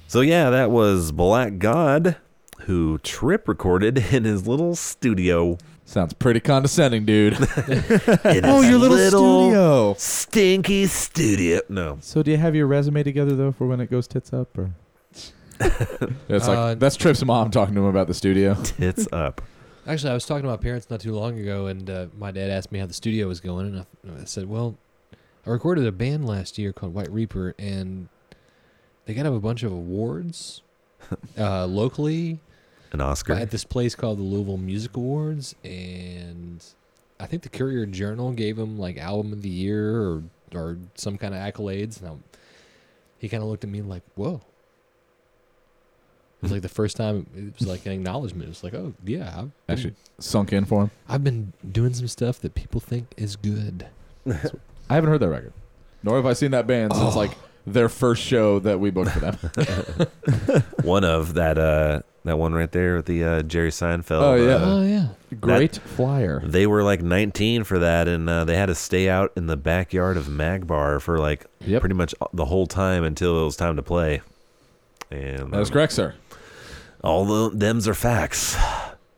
C: So yeah, that was Black God, who Trip recorded in his little studio.
D: Sounds pretty condescending, dude.
C: In
D: Oh,
C: his
D: your little studio.
C: stinky studio. No,
D: so do you have your resume together though for when it goes tits up or That's like
E: Uh,
D: that's Trip's mom talking to him about the studio.
C: it's up.
E: Actually, I was talking to my parents not too long ago, and uh, my dad asked me how the studio was going, and I, I said, "Well, I recorded a band last year called White Reaper, and they got to have a bunch of awards uh, locally
C: An Oscar.
E: at this place called the Louisville Music Awards, and I think the Courier Journal gave him like Album of the Year or or some kind of accolades. And I, he kind of looked at me like, "Whoa." It was like the first time it was like an acknowledgement. It was like, "Oh yeah, I've been,
D: Actually, sunk in for him.
E: I've been doing some stuff that people think is good."
D: I haven't heard that record, nor have I seen that band since like their first show that we booked for them.
C: one of that uh that one right there with the uh, Jerry Seinfeld.
D: Oh, yeah.
C: uh,
E: oh yeah,
D: Great flyer.
C: they were like 19 for that, and uh, they had to stay out in the backyard of Mag Bar for like
D: Yep.
C: pretty much the whole time until it was time to play. And um,
D: That was correct, sir.
C: All the, them's are facts.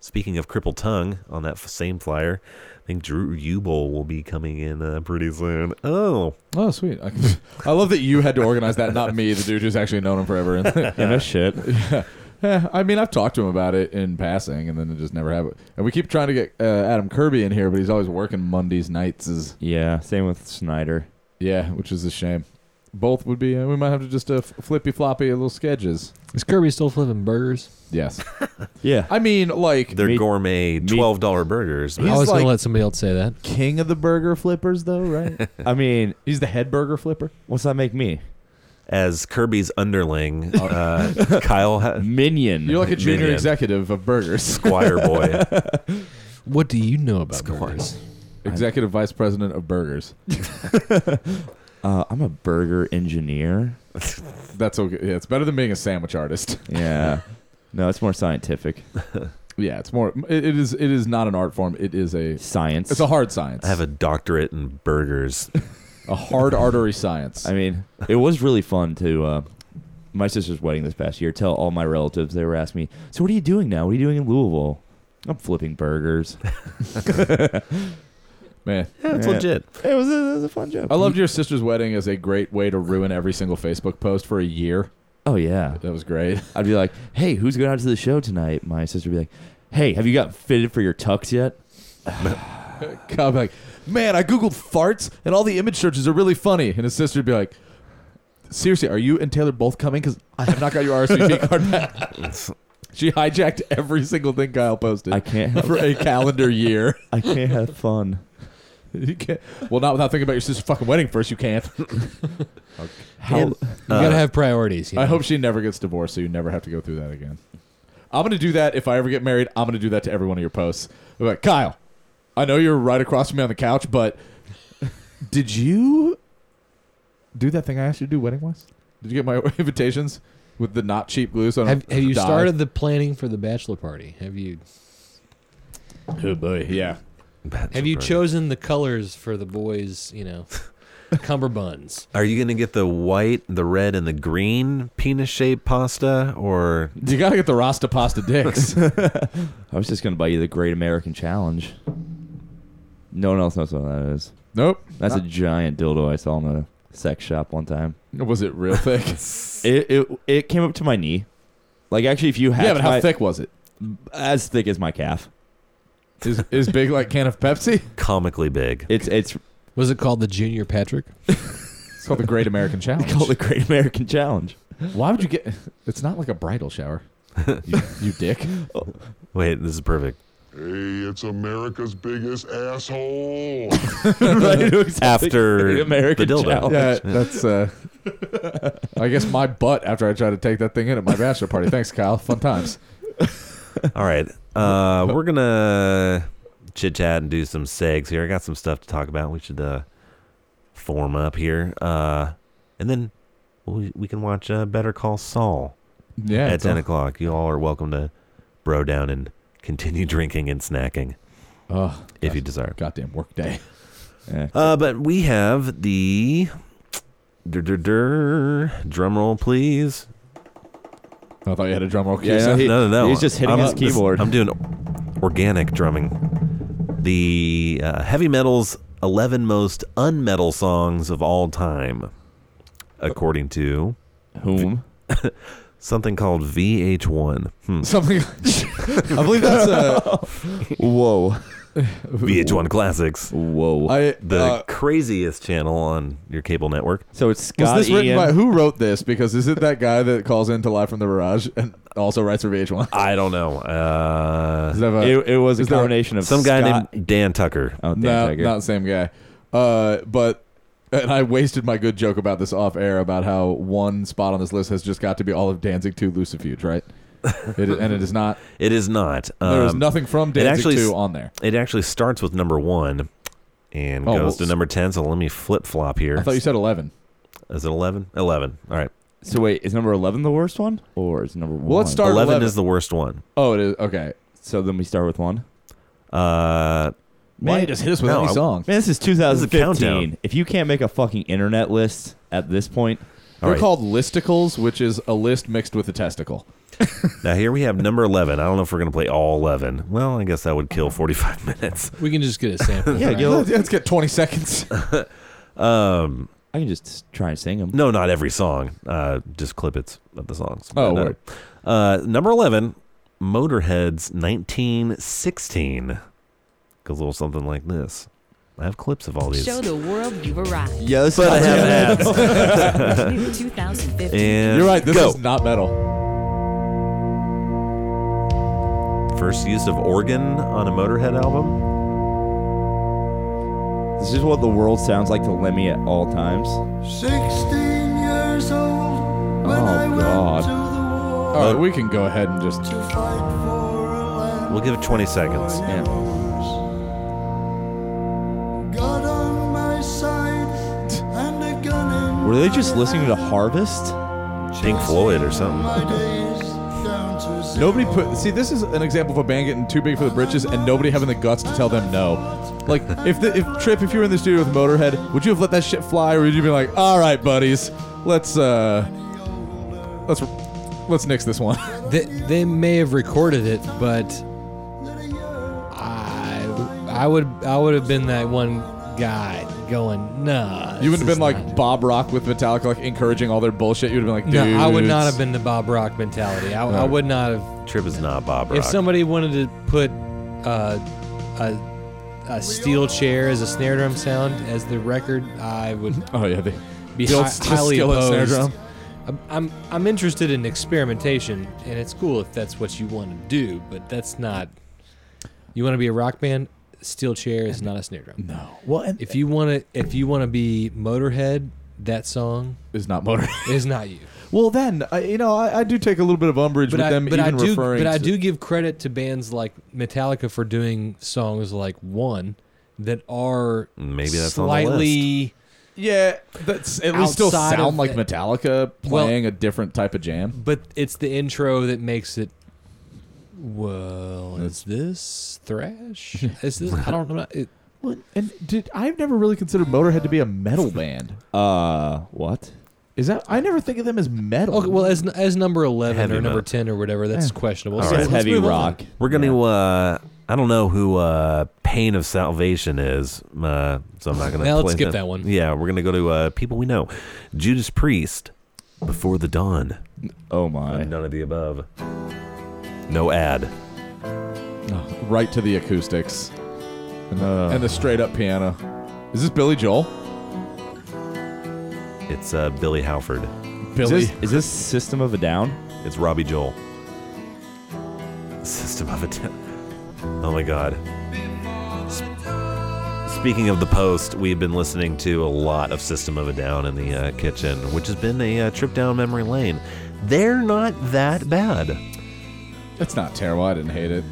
C: Speaking of crippled tongue, on that f- same flyer, I think Drew Ubel will be coming in uh, pretty soon. Oh,
D: Oh, sweet. I, I love that you had to organize that, not me, the dude who's actually known him forever.
F: Yeah, no shit.
D: Eh, I mean, I've talked to him about it in passing, and then it just never happened. And we keep trying to get uh, Adam Kirby in here, but he's always working Mondays nights. Is
F: Yeah, same with Snyder.
D: yeah, which is a shame. Both would be. Uh, we might have to just uh, f- flippy floppy little sketches.
E: is Kirby still flipping burgers?
D: Yes,
F: Yeah.
D: I mean like
C: they're
F: Me-
C: gourmet twelve dollar burgers.
D: He's
E: I was
D: like-
E: gonna let somebody else say that.
D: king of the burger flippers, though, right?
F: I mean,
D: he's the head burger flipper.
F: what's that make me?
C: As Kirby's underling, uh, Kyle ha-
F: Minion.
D: You're like a junior
C: Minion.
D: executive of burgers,
C: Squire Boy.
E: What do you know about burgers?
D: executive vice president of burgers.
F: uh, I'm a burger engineer.
D: That's okay. Yeah, it's better than being a sandwich artist.
F: Yeah. no, it's more scientific.
D: yeah, it's more. It, it is. It is not an art form. It is a.
F: Science.
D: It's a hard science.
C: I have a doctorate in burgers.
D: a hard artery science.
F: I mean, it was really fun to uh, my sister's wedding this past year. Tell all my relatives they were asking me, "So what are you doing now? What are you doing in Louisville?" I'm flipping burgers.
D: Man,
C: That's
F: Yeah.
C: legit.
F: it, was a, it was a fun job.
D: I loved your sister's wedding as a great way to ruin every single Facebook post for a year.
F: Oh yeah,
D: That was great.
F: I'd be like, "Hey, who's going out to the show tonight?" My sister'd be like, "Hey, have you got fitted for your tux yet?"
D: God, like, man, I googled farts and all the image searches are really funny. And his sister'd be like, seriously, are you and Taylor both coming? Because I have not got your RSVP card back. She hijacked every single thing Kyle posted
F: I can't. Have,
D: for a calendar year.
F: I can't have fun.
D: You can't- well, not without thinking about your sister's fucking wedding first. You can't.
F: How?
C: And,
E: You
C: uh,
E: gotta have priorities. You know?
D: I hope she never gets divorced, so you never have to go through that again. I'm gonna do that if I ever get married. I'm gonna do that to every one of your posts. I'm like, Kyle, I know you're right across from me on the couch, but did you do that thing I asked you to do wedding wise? Did you get my invitations with the not cheap glue? So I
E: Have,
D: don't
E: have you
D: die?
E: started the planning for the bachelor party? Have you
D: Oh boy, yeah.
E: have you chosen the colors for the boys? You know, cummerbunds.
C: Are you gonna get the white, the red, and the green penis shaped pasta, or
D: You gotta get the Rasta pasta dicks.
F: I was just gonna buy you the Great American Challenge. No one else knows what that is.
D: nope.
F: That's a giant dildo I saw in a sex shop one time.
D: Was it real thick?
F: It it, it came up to my knee. Like actually, if you had
D: yeah, but how
F: my-
D: thick was it?
F: As thick as my calf.
D: Is is big like can of Pepsi?
C: comically big?
F: It's it's
E: Was it called the Junior Patrick?
D: It's called the Great American Challenge.
F: called the Great American Challenge.
D: Why would you get? It's not like a bridal shower. You, you dick.
C: Wait, this is perfect.
A: Hey, it's America's biggest asshole.
C: After
F: The American
C: the dildo.
F: Challenge.
D: Yeah, that's. uh I guess my butt after I tried to take that thing in at my bachelor party. Thanks, Kyle. Fun times.
C: All right, uh, we're gonna chit chat and do some segs here. I got some stuff to talk about. We should uh, form up here, uh, and then we, we can watch uh, Better Call Saul
D: Yeah,
C: at
D: it's
C: ten
D: all-
C: o'clock. You all are welcome to bro down and continue drinking and snacking
D: Oh,
C: if you desire.
D: goddamn work day.
F: Yeah.
C: Uh, but we have the dur, dur, dur, drum roll, please.
D: I thought you had a drum roll. cue,
F: Yeah,
D: so-
F: he-
C: no, no, no.
F: he's just hitting his
C: this-
F: keyboard.
C: I'm doing organic drumming. The uh, heavy metal's 11 most unmetal songs of all time, according to
F: Whom?
C: something called VH1. Hmm.
D: uh, Something. I believe that's a
F: Whoa.
C: VH1 Classics,
F: Whoa.
D: I
C: the
D: uh,
C: craziest channel on your cable network.
F: so it's
D: was
F: Scott
D: this written
F: Ian.
D: by who wrote this? Because is it that guy that calls in to live from the barrage and also writes for VH1?
C: I don't know.
D: Does
C: Uh,
D: it have a-
F: it, it was a
D: is there-
F: combination of
C: some guy
F: Scott-
C: named Dan Tucker.
F: Oh, Dan
D: no,
F: Tiger.
D: not the same guy. Uh, but and I wasted my good joke about this off air about how one spot on this list has just got to be all of Danzig Two Lucifuge, right? It, and it is not.
C: It is not. Um,
D: There is nothing from Danzig
C: actually s-
D: Two on there.
C: It actually starts with number one and
D: Oh, well,
C: goes to
D: s-
C: number 10. So let me flip flop here.
D: I thought you said eleven.
C: Is it 11? 11. All right.
F: So wait, is number eleven the worst one, or is number one?
D: Well, let's start
C: 11,
D: 11.
C: is the worst one.
D: Oh, it is okay.
F: So then we start with one.
C: Uh,
D: Why you just hit us with
C: no,
D: any
C: I-
D: song?
F: Man, this is
C: This is a
F: 2015.
C: countdown.
F: if you can't make a fucking internet list at this point,
D: They're
C: right.
D: called listicles, which is a list mixed with a testicle.
C: now here we have number 11. I don't know if we're going to play all 11. Well, I guess that would kill 45 minutes.
E: We can just get a sample.
F: Yeah,
E: right?
F: Gil-
D: Let's, let's get twenty seconds.
C: Um,
F: I can just try and sing them.
C: no, not every song. Uh, just clippets of the songs.
D: Oh,
C: But, uh,
D: word.
C: uh, number 11, Motorhead's 1916. Goes a little something like this. I have clips of all these.
I: Show the world you've arrived.
F: Yes,
C: but I have ads.
I: New 2015.
C: And
D: You're right. This
C: go.
D: is not metal.
C: First use of organ on a Motorhead album.
F: This is what the world sounds like to Lemmy at all times.
J: 16 years old
F: Oh
J: when I went to
F: God!
J: the war
D: All
C: Uh,
D: right, we can go ahead and just.
J: to fight for a land.
C: We'll give it 20 seconds.
F: Yeah.
J: God on my side and a gun in
F: Were they just listening to Harvest?
C: Pink Floyd or something.
J: my days down to zero.
D: Nobody put. See, this is an example of a band getting too big for the britches and nobody having the guts to tell them no. Like, if the if Trip, if you were in the studio with Motorhead, would you have let that shit fly, or would you be like, "All right, buddies, let's uh, let's let's nix this one."
E: They, they may have recorded it, but I I would I would have been that one guy going nah.
D: you would have
E: this
D: been
E: is
D: like
E: not-
D: Bob Rock with Metallica, like encouraging all their bullshit. You'd have been like,
E: no,
D: "Dude,
E: I would not have been the Bob Rock mentality. I, I would not have.
C: Trip is not Bob Rock.
E: If somebody wanted to put uh, a a steel chair as a snare drum sound as the record, I would
D: Oh yeah, the,
E: be
D: the old
E: hi-
D: s-
E: highly
D: skillet snare
E: opposed.
D: drum.
E: I'm, I'm I'm interested in experimentation, and it's cool if that's what you want to do, but that's not. You want to be a rock band? Steel chair is not a snare drum.
D: No, well, and
E: If you want to, if you want to be Motorhead, that song
D: is not Motorhead.
E: is not you.
D: Well, then I, you know I, I do take a little bit of umbrage
E: But
D: with
E: I,
D: them
E: but I
D: even
E: do,
D: referring.
E: but I
D: to-
E: do give credit to bands like Metallica for doing songs like One that are
C: Maybe that's on the
E: slightly.
D: Yeah, that's at least still
E: Outside
D: sound
E: of
D: like
E: the-
D: Metallica
E: Well-
D: playing a different type of jam.
E: But it's the intro that makes it. Well,
C: Hmm.
E: is this thrash? Is this? I don't know. It,
D: And did I've never really considered Motorhead to be a metal band.
F: Uh, what?
D: Is that I never think of them as metal.
E: okay, well, as as number eleven
C: Heavy
E: or number
C: metal.
E: ten or whatever, that's questionable.
C: All
E: so
C: right.
E: let's
F: Heavy
E: move on.
F: rock.
C: We're going to, uh, I don't know who uh, Pain of Salvation is, uh, so I'm not going to
E: Now let's
C: play
E: skip that one.
C: Yeah, we're going to go to uh, people we know. Judas Priest, Before the Dawn.
F: Oh my!
C: None of the above. No ad.
D: right to the acoustics and the, and the straight up piano. Is this Billy Joel?
C: It's uh, Billy Halford.
F: Is
D: Billy.
F: this, is this System of a Down?
C: It's Robbie Joel. System of a Down. Oh my God. S- Speaking of the post, we've been listening to a lot of System of a Down in the uh, kitchen, which has been a uh, trip down memory lane. They're not that bad.
D: That's not terrible. I didn't hate it.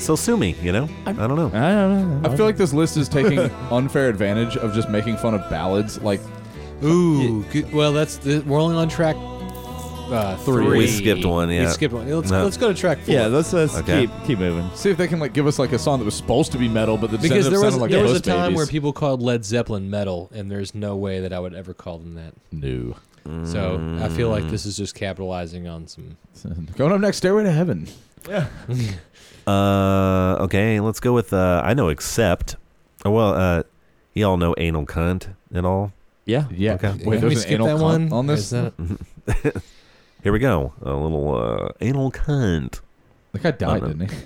C: So sue me, you know? I'm, I do not know.
F: I don't know.
D: I feel like this list is taking unfair advantage of just making fun of ballads. Like
E: Ooh, good, well, that's the, we're only on track uh, three.
C: We skipped one, yeah.
E: we skipped one. Let's,
C: No.
E: let's go to track four.
F: Yeah, let's, let's
C: Okay.
F: keep keep moving.
D: see if they can like give us like a song that was supposed to be metal, but that just
E: because
D: ended
E: there
D: up
E: was
D: sounding like
E: there was a
D: Ghost
E: time
D: Babies.
E: where people called Led Zeppelin metal, and there's no way that I would ever call them that.
D: No.
E: So I feel
C: Mm.
E: like this is just capitalizing on some.
D: Going up next, Stairway to Heaven.
C: Uh, okay, let's go with uh, I know except. Oh, well, uh, y'all know anal cunt and all.
F: Yeah.
D: Yeah.
C: Okay.
D: Wait,
E: Can
D: there's
E: we
D: an
E: skip
D: anal
E: that
D: cunt
E: one
D: on
E: Is
D: this.
E: that-
C: Here we go. A little uh, anal cunt.
D: The guy died,
C: Um,
D: didn't he?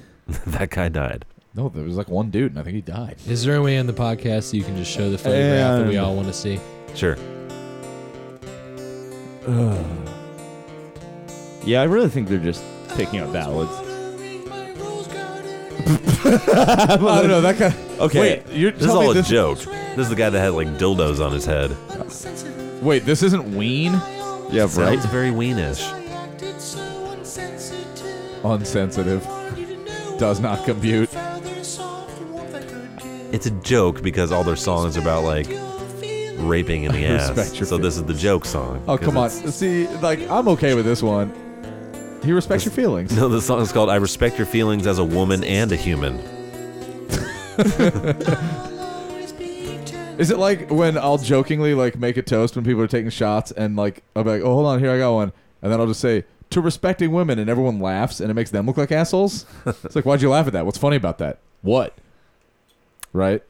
C: that guy died.
D: No, there was like one dude, and I think he died.
E: Is there a way in the podcast you can just show the photograph that we
F: And-
E: all want to see?
C: Sure.
F: Yeah, I really think they're just picking up ballads.
D: I don't know. That guy.
C: Okay.
D: Wait, you're
C: this is
D: telling
C: all
D: me
C: a
D: this-
C: joke. This is the guy that had like dildos on his head.
D: Wait, this isn't Ween.
F: Yeah,
C: Sounds very weenish.
F: Oh,
D: Unsensitive. Does not compute.
C: It's a joke because all their songs are about like raping in the ass.
D: respect your
C: So this is the joke song.
D: Oh
C: 'cause
D: come on.
C: it's-
D: See, like I'm okay with this one. He respects your feelings.
C: No, the song is called "I Respect Your Feelings as a Woman and a Human."
D: Is it like when I'll jokingly like make a toast when people are taking shots and like I'll be like, oh hold on, here I got one, and then I'll just say to respecting women, and everyone laughs, and it makes them look like assholes. it's like, why'd you laugh at that? What's funny about that? What? Right.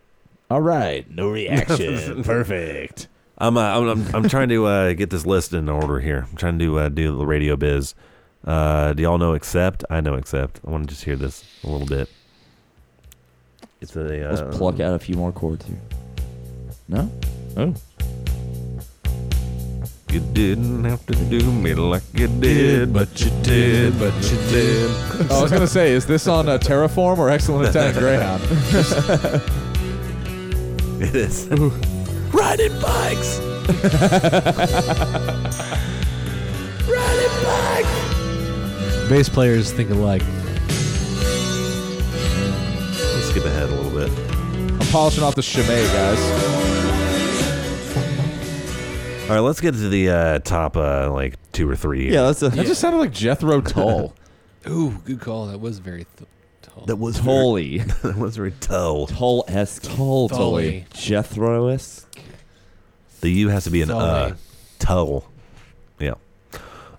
D: All right.
F: No reaction. Perfect.
C: I'm uh, I'm, I'm I'm trying to uh, get this list in order here. I'm trying to uh, do the radio biz. Uh, do y'all know Accept? I know Accept. I want to just hear this a little bit. It's a uh,
F: Let's pluck out a few more chords here. No? Oh.
C: You didn't have to do me like you did, but you did, but you did.
D: Oh, I was gonna say, is this on uh, Terraform or Excellent Italian Greyhound?
C: It is. Riding bikes. Riding bikes.
E: Bass players think alike.
C: Let's skip ahead a little bit.
D: I'm polishing off the chimay, guys.
C: All right, let's get to the uh, top uh, like two or three.
F: Yeah, that's a
D: That just sounded like Jethro Tull.
E: Ooh, good call. That was very th- tall.
C: That was very-
F: Tully.
C: that was very dull.
F: Tull esque. Tull
E: Tully.
F: Jethro esque.
C: The U has to be an
E: Tull.
C: uh. Tull. Yeah.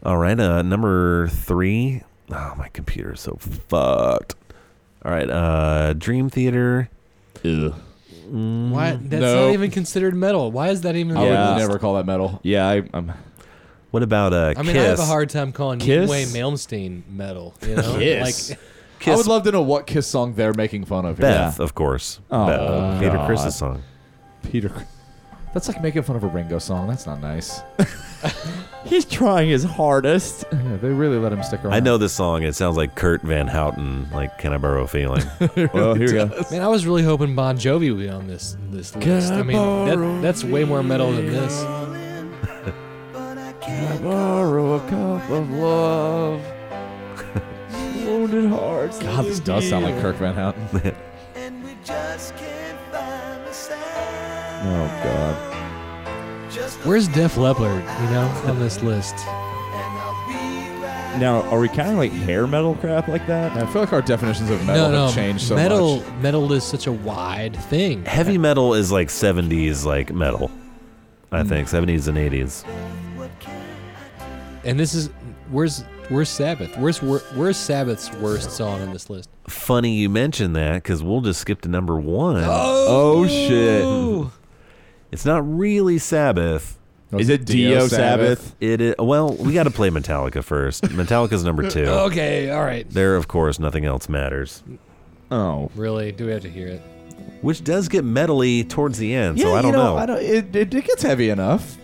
C: All right. Uh, number three. Oh, my computer is so fucked. All right. Uh, Dream Theater.
F: Ugh.
E: Why? That's
D: No.
E: not even considered metal. Why is that even?
D: I
F: Yeah.
D: would never call that metal.
F: Yeah, I, I'm.
C: What about uh,
E: I
C: Kiss?
E: mean, I have a hard time calling
F: Kiss?
E: Wayne Malmsteen metal. You know?
F: Kiss.
E: Like,
D: I
C: Kiss.
D: would love to know what Kiss song they're making fun of. Here.
C: Beth, of course.
F: Oh,
C: Beth. uh, Peter
F: God.
C: Chris's song.
D: Peter. That's like making fun of a Ringo song. That's not nice.
F: He's trying his hardest.
D: Yeah, they really let him stick around.
C: I know this song. It sounds like Kurt Van Houten, like "Can I Borrow a Feeling."
F: well, here we go.
E: man, I was really hoping Bon Jovi would be on this this list. I mean, that, that's way more metal than this.
F: Borrow a cup of love. Wounded hearts.
D: God, this does sound like Kirk Van Houten.
F: Oh God.
E: Where's Def Leppard? You know, on this list.
F: Now, are we counting like hair metal crap like that?
D: I feel like our definitions of metal
E: no, no,
D: have changed so
E: metal
D: much.
E: metal is such a wide thing.
C: Heavy metal is like '70s, like metal. I think '70s and '80s.
E: And this is where's where's Sabbath? Where's wor- where's Sabbath's worst song on this list?
C: Funny you mentioned that because we'll just skip to number one.
F: Oh shit.
C: It's not really Sabbath.
F: Is it Dio Sabbath?
C: It is, well, we got to play Metallica first. Metallica's number two.
E: Okay, all right.
C: There, of course, nothing else matters,
F: Oh.
E: Really? Do we have to hear it?
C: which does get metally towards the end. so I don't
D: you know,
C: know.
D: I don't, it, it, it gets heavy enough.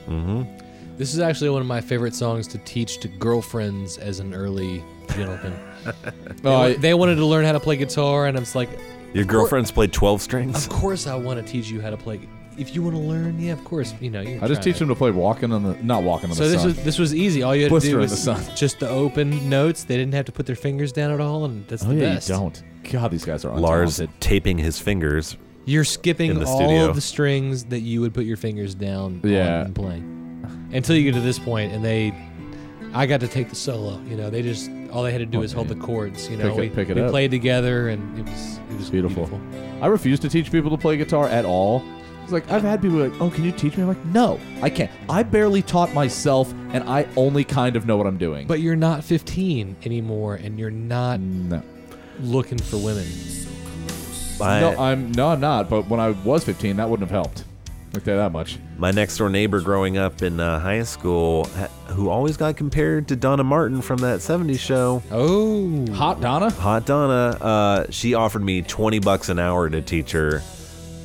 E: This is actually one of my favorite songs to teach to girlfriends as an early gentleman.
D: Oh, I-
E: they wanted to learn how to play guitar, and I was like,
C: Your girlfriend's played twelve strings.
E: of course I want to teach you how to play. gu- If you want to learn, yeah, of course. You know, you.
D: I just teach them to play walking on the not walking on
E: So
D: the
E: this
D: sun.
E: was this was easy. All you had to
D: Blister
E: do
D: in
E: was
D: the sun.
E: just the open notes. They didn't have to put their fingers down at all, and that's
D: oh
E: the
D: yeah,
E: best.
D: you don't. God, these guys are
C: Lars
D: untalented.
C: taping his fingers.
E: You're
C: In
E: skipping
C: the
E: all
C: studio.
E: of the strings that you would put your fingers down on
D: Yeah.
E: and playing until you get to this point, and they, I got to take the solo. You know, they just all they had to do
D: Oh,
E: is hold the
D: man.
E: chords. You know,
D: Pick it-
E: we,
D: pick it
E: we
D: up.
E: played together, and it was it was beautiful.
D: Beautiful. I refuse to teach people to play guitar at all. It's like I've had people like, "Oh, can you teach me?" I'm like, "No, I can't. I barely taught myself, and I only kind of know what I'm doing."
E: But you're not 15 anymore, and you're not
D: no,
E: looking for women.
C: I,
D: no, I'm no, I'm not. But when I was 15, that wouldn't have helped. Like that, that much.
C: My next door neighbor growing up in uh, high school, ha- who always got compared to Donna Martin from that 70s show,
E: Oh,
D: Hot Donna.
C: Hot Donna, uh, she offered me 20 bucks an hour to teach her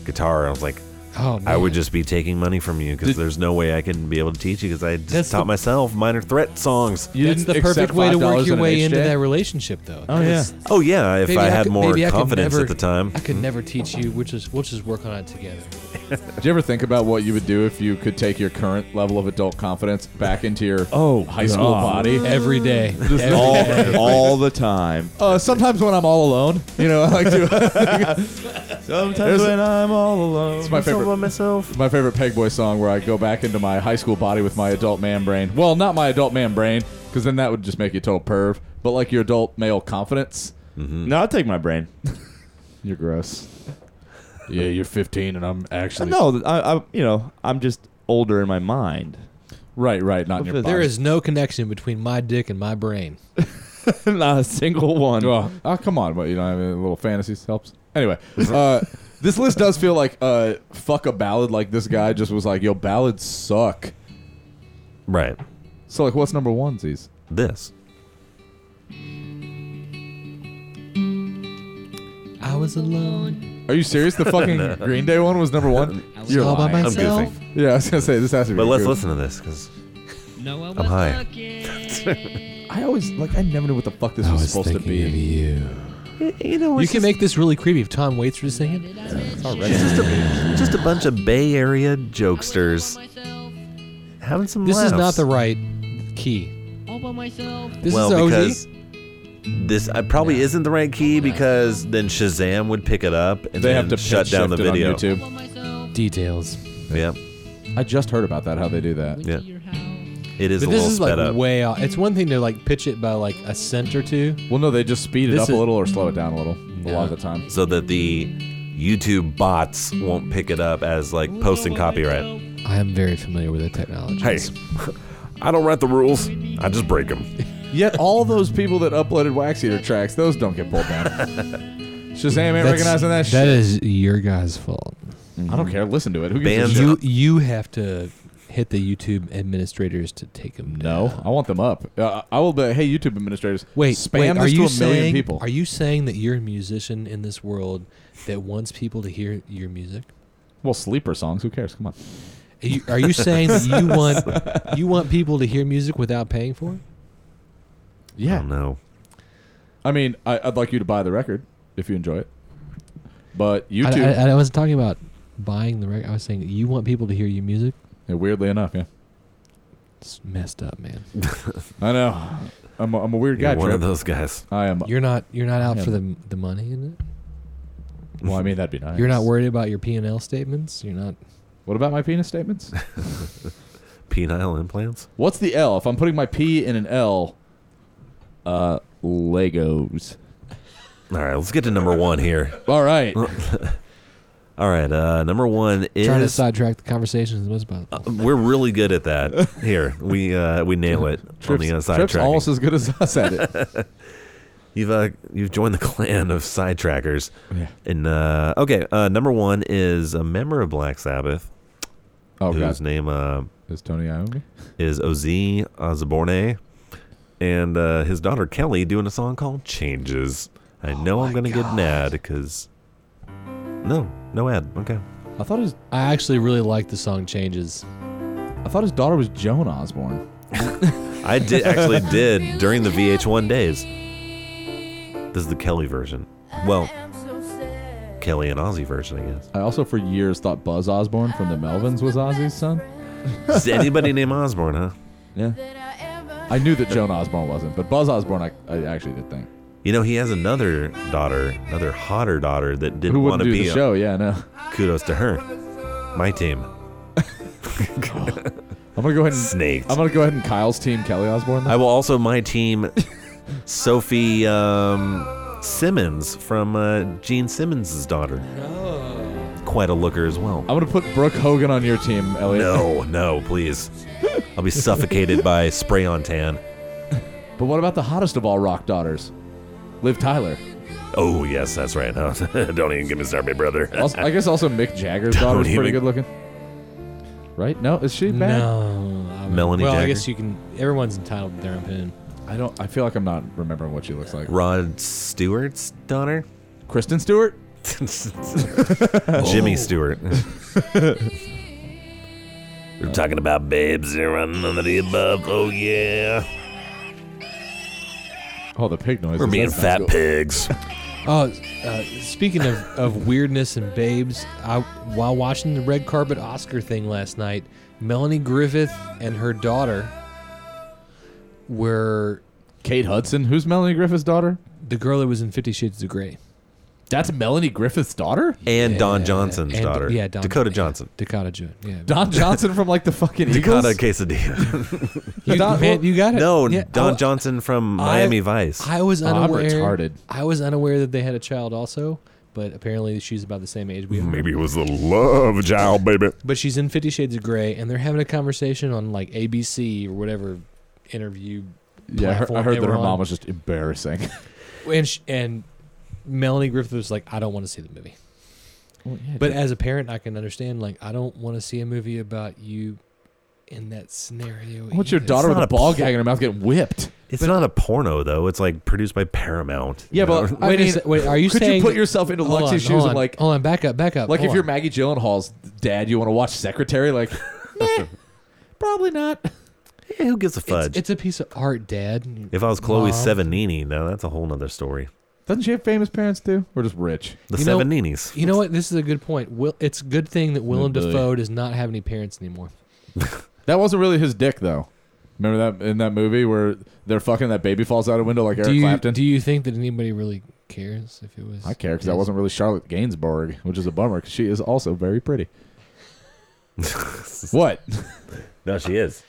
C: guitar. I was like,
E: oh, man.
C: I would just be taking money from you because there's no way I can be able to teach you because I
E: That's
C: just
E: the-
C: taught myself minor threat songs.
D: You
E: That's the perfect way to work your way into that relationship, though.
F: Oh, yeah.
C: Oh yeah, if
E: Baby,
C: I had
E: could-
C: more
E: baby, I could
C: confidence
E: never-
C: at the time.
E: I could never teach you. Which is we'll just work on it together.
D: Did you ever think about what you would do if you could take your current level of adult confidence back into your
F: Oh,
D: high school
F: God.
D: body?
E: Every day.
D: Just
E: Every
D: all-
E: day.
F: all the time.
D: Uh, sometimes when I'm all alone, you know, I like to.
F: Sometimes
D: There's-
F: when I'm all alone.
D: it's my favorite.
C: myself.
D: My favorite Peg Boy song where I go back into my high school body with my adult man brain. Well, not my adult man brain, because then that would just make you a total perv. But like your adult male confidence,
F: Mm. No, I'll take my brain.
D: you're gross. Yeah, you're 15 and I'm actually
F: No, I, I, you know, I'm just older in my mind.
D: right, right, not in your body.
E: There is no connection between my dick and my brain.
F: Not a single one.
D: Oh, oh, come on! What you don't have any little fantasies helps. Anyway, uh, this list does feel like uh, fuck a ballad. Like this guy just was like, "Yo, ballads suck."
C: Right.
D: So like, what's number onesies?
C: This.
E: I was alone.
D: Are you serious? The fucking Green Day one was number one. You're
E: all by
D: lying.
C: I'm
E: myself.
C: goofing.
D: Yeah, I was gonna say this has to be.
C: But let's
D: good.
C: listen to this because
H: No, I
C: I'm high.
D: I always like. I never knew what the fuck this was, supposed to be.
E: you.
C: You know,
E: You
C: it's
E: can
C: just,
E: make this really creepy if Tom Waits were to sing it.
C: just a bunch of Bay Area jokesters having some.
E: This is
C: laughs.
E: not the right key. This
C: well
E: is OG.
C: because this uh, probably isn't the right key because then Shazam would pick it up and
D: They
C: then
D: have to
C: shut
D: pitch
C: down the
D: shift it on
C: video.
D: YouTube.
E: Details.
C: Yeah,
D: I just heard about that. How they do that?
C: yeah. It is a
E: But this
C: little
E: is
C: sped
E: like
C: up.
E: way off. It's one thing to like pitch it by like a cent or two.
D: Well, no, they just speed it
E: This
D: up a
E: is-
D: little or slow it down a little. A lot of the time.
C: so that the YouTube bots won't pick it up as like posting copyright.
E: I am very familiar with the technology.
C: I don't write the rules. I just break them.
D: Yet all those people that uploaded Wax Eater tracks, those don't get pulled down. Shazam ain't recognizing that, shit.
E: That is your guy's fault.
D: I don't care. Listen to it. Who
C: Bands
D: gives a shit?
E: You you have to hit the YouTube administrators to take them down.
D: No, I want them up. Uh, I will be. Hey, YouTube administrators,
E: Wait,
D: spam
E: wait,
D: this
E: are
D: to a
E: you
D: million
E: saying
D: people.
E: are you saying that you're a musician in this world that wants people to hear your music?
D: well, sleeper songs. Who cares? Come on.
E: Are you, are you saying that you want you want people to hear music without paying for it?
C: I don't
D: Yeah.
C: know.
D: I mean, I, I'd like you to buy the record if you enjoy it. But YouTube,
E: I, I, I wasn't talking about buying the record. I was saying you want people to hear your music.
D: yeah, weirdly enough, yeah.
E: It's messed up, man.
D: I know. I'm a, I'm a weird
C: You're
D: guy.
C: one of
D: Trip.
C: those guys.
D: I am.
E: You're not you're not out
D: Yeah.
E: for the the money in it.
D: Well, I mean, that'd be nice.
E: You're not worried about your P and L statements. You're not.
D: What about my penis statements?
C: Penile implants.
D: What's the L? If I'm putting my P in an L,
F: Uh, Legos.
C: All right, let's get to number one here.
D: all right.
C: All right, uh, number one
E: Trying to
C: is uh,
E: sidetrack the conversation as much as possible.
C: we're really good at that. Here, we uh, we nail it on the uh,
D: Trips,
C: side
D: Trips
C: tracking.
D: almost as good as us at it.
C: You've uh, you've joined the clan of sidetrackers.
D: Yeah.
C: And uh, okay, uh, number one is a member of Black Sabbath
D: Oh
C: whose
D: god,
C: name uh,
D: is Tony Iommi?
C: is Ozzy Osbourne and uh, his daughter Kelly doing a song called Changes. I
D: Oh
C: know I'm going to get an ad because. No, no ad. Okay.
D: I thought his
E: I actually really like the song "Changes."
D: I thought his daughter was Joan Osborne.
C: I did actually did during the VH1 days. This is the Kelly version. Well, Kelly and Ozzy version, I guess.
D: I also for years thought Buzz Osborne from the Melvins was Ozzy's son.
C: Is anybody named Osbourne, huh?
F: Yeah.
D: I knew that Joan Osborne wasn't, but Buzz Osborne I, I actually did think.
C: You know, he has another daughter, another hotter daughter that
D: Who
C: didn't want
D: wouldn't
C: to
D: do
C: be
D: the
C: on-
D: show? Yeah, no.
C: Kudos to her. My team.
D: I'm gonna go ahead and
C: Snaked.
D: I'm gonna go ahead and Kyle's team Kelly Osborne.
C: I will also my team Sophie um, Simmons from uh, Gene Simmons' daughter. Quite a looker as well.
D: Oh. I'm gonna put Brooke Hogan on your team, Elliot.
C: No, no, please. I'll be suffocated by spray on tan.
D: But what about the hottest of all rock daughters? Liv Tyler.
C: Oh yes, that's right. Huh? Don't even get me started, brother.
D: Also, I guess also Mick Jagger's daughter's
C: Don't
D: pretty
C: even-
D: good looking. right? No, is she back?
E: No. I would-
C: Melanie
E: Well, I
C: Jagger.
E: guess you can. Everyone's entitled to their opinion.
D: I don't. I feel like I'm not remembering what she looks like.
C: Rod Stewart's daughter?
D: Kristen Stewart.
E: Oh.
C: Jimmy Stewart. We're talking about babes and running under the above. Oh, yeah.
D: Oh, the pig noise.
C: We're being fat pigs.
E: Oh, uh, speaking of, of weirdness and babes, I, while watching the red carpet Oscar thing last night, Melanie Griffith and her daughter were
D: Kate Hudson. Who's Melanie Griffith's daughter?
E: the girl that was in Fifty Shades of Grey,
D: That's Melanie Griffith's daughter.
C: And Don
E: Yeah,
C: Johnson's
E: and-
C: daughter.
E: yeah, Don-
C: Dakota
E: yeah.
C: Johnson.
E: Dakota Johnson. Yeah,
D: Don Johnson from like the fucking
C: Dakota
D: Eagles.
C: Quesadilla.
E: you,
D: Don-
E: man, you got it.
C: No,
E: Yeah, oh,
C: Don
E: I-
C: Johnson from Miami Vice.
E: I was
D: I'm
E: unaware.
D: retarded.
E: I was unaware that they had a child also, but apparently she's about the same age we are.
A: Maybe it was the love child, baby.
E: But she's in Fifty Shades of Grey, and they're having a conversation on like ABC or whatever interview.
D: Yeah, I heard, I
E: platform
D: heard
E: they
D: that
E: were
D: her
E: on.
D: mom was just embarrassing.
E: And sh and Melanie Griffith was like, I don't want to see the movie. But as a parent, I can understand. Like, I don't want to see a movie about you in that scenario.
D: What's your
E: either.
C: It's
D: daughter with
C: not
D: a
C: a
D: ball
C: pl-
D: gag in her mouth getting whipped?
C: it's not a porno, though. It's like produced by Paramount.
D: Yeah, but I
E: Wait a
D: mean,
E: sec- wait, are you
D: could
E: saying
D: you put yourself into
E: Hold
D: Luxie's
E: on,
D: shoes
E: hold
D: and
E: on,
D: like,
E: hold on, back up, back up.
D: like
E: hold
D: if you're
E: on.
D: Maggie Gyllenhaal's dad, you want to watch Secretary? Like, meh, probably not.
C: Eh, who gives a fudge?
E: it's, it's a piece of art, Dad.
C: if I was Chloe
E: Mom.
C: Sevigny, now that's a whole nother story.
D: Doesn't she have famous parents too, or just rich?
C: The
E: You know-
C: Sevigninis.
E: You know what? This is a good point. Will, it's a good thing that Willem
D: Oh, boy.
E: Dafoe does not have any parents anymore.
D: That wasn't really his dick though. Remember that in that movie where they're fucking that baby falls out a window like Eric
E: do you
D: Clapton?
E: do you think that anybody really cares if it was?
D: I care because that wasn't really Charlotte Gainsbourg, which is a bummer because she is also very pretty. what?
C: No, she is.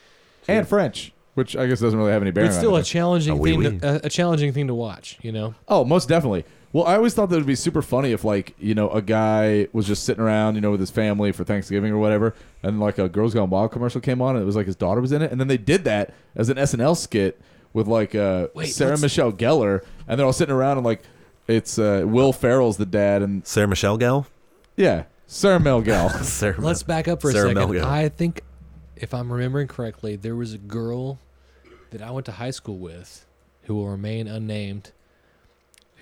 D: And French, which I guess doesn't really have any bearing.
E: But still
D: on
E: a
D: it.
E: challenging
C: A wee
E: thing.
C: wee.
E: To, a, a challenging thing to watch. You know.
D: Oh, most definitely. Well, I always thought that would be super funny if, like, you know, a guy was just sitting around, you know, with his family for Thanksgiving or whatever, and like a Girls Gone Wild commercial came on, and it was like his daughter was in it, and then they did that as an SNL skit with like uh,
E: Wait,
D: Sarah
E: let's-
D: Michelle Gellar, and they're all sitting around and like, it's uh, Will Ferrell's the dad, and
C: Sarah Michelle Gell?
D: yeah, Sarah Mel Gell.
C: Sarah
E: Let's back up for a
C: Sarah
E: second.
C: Melgo.
E: I think, if I'm remembering correctly, there was a girl that I went to high school with, who will remain unnamed,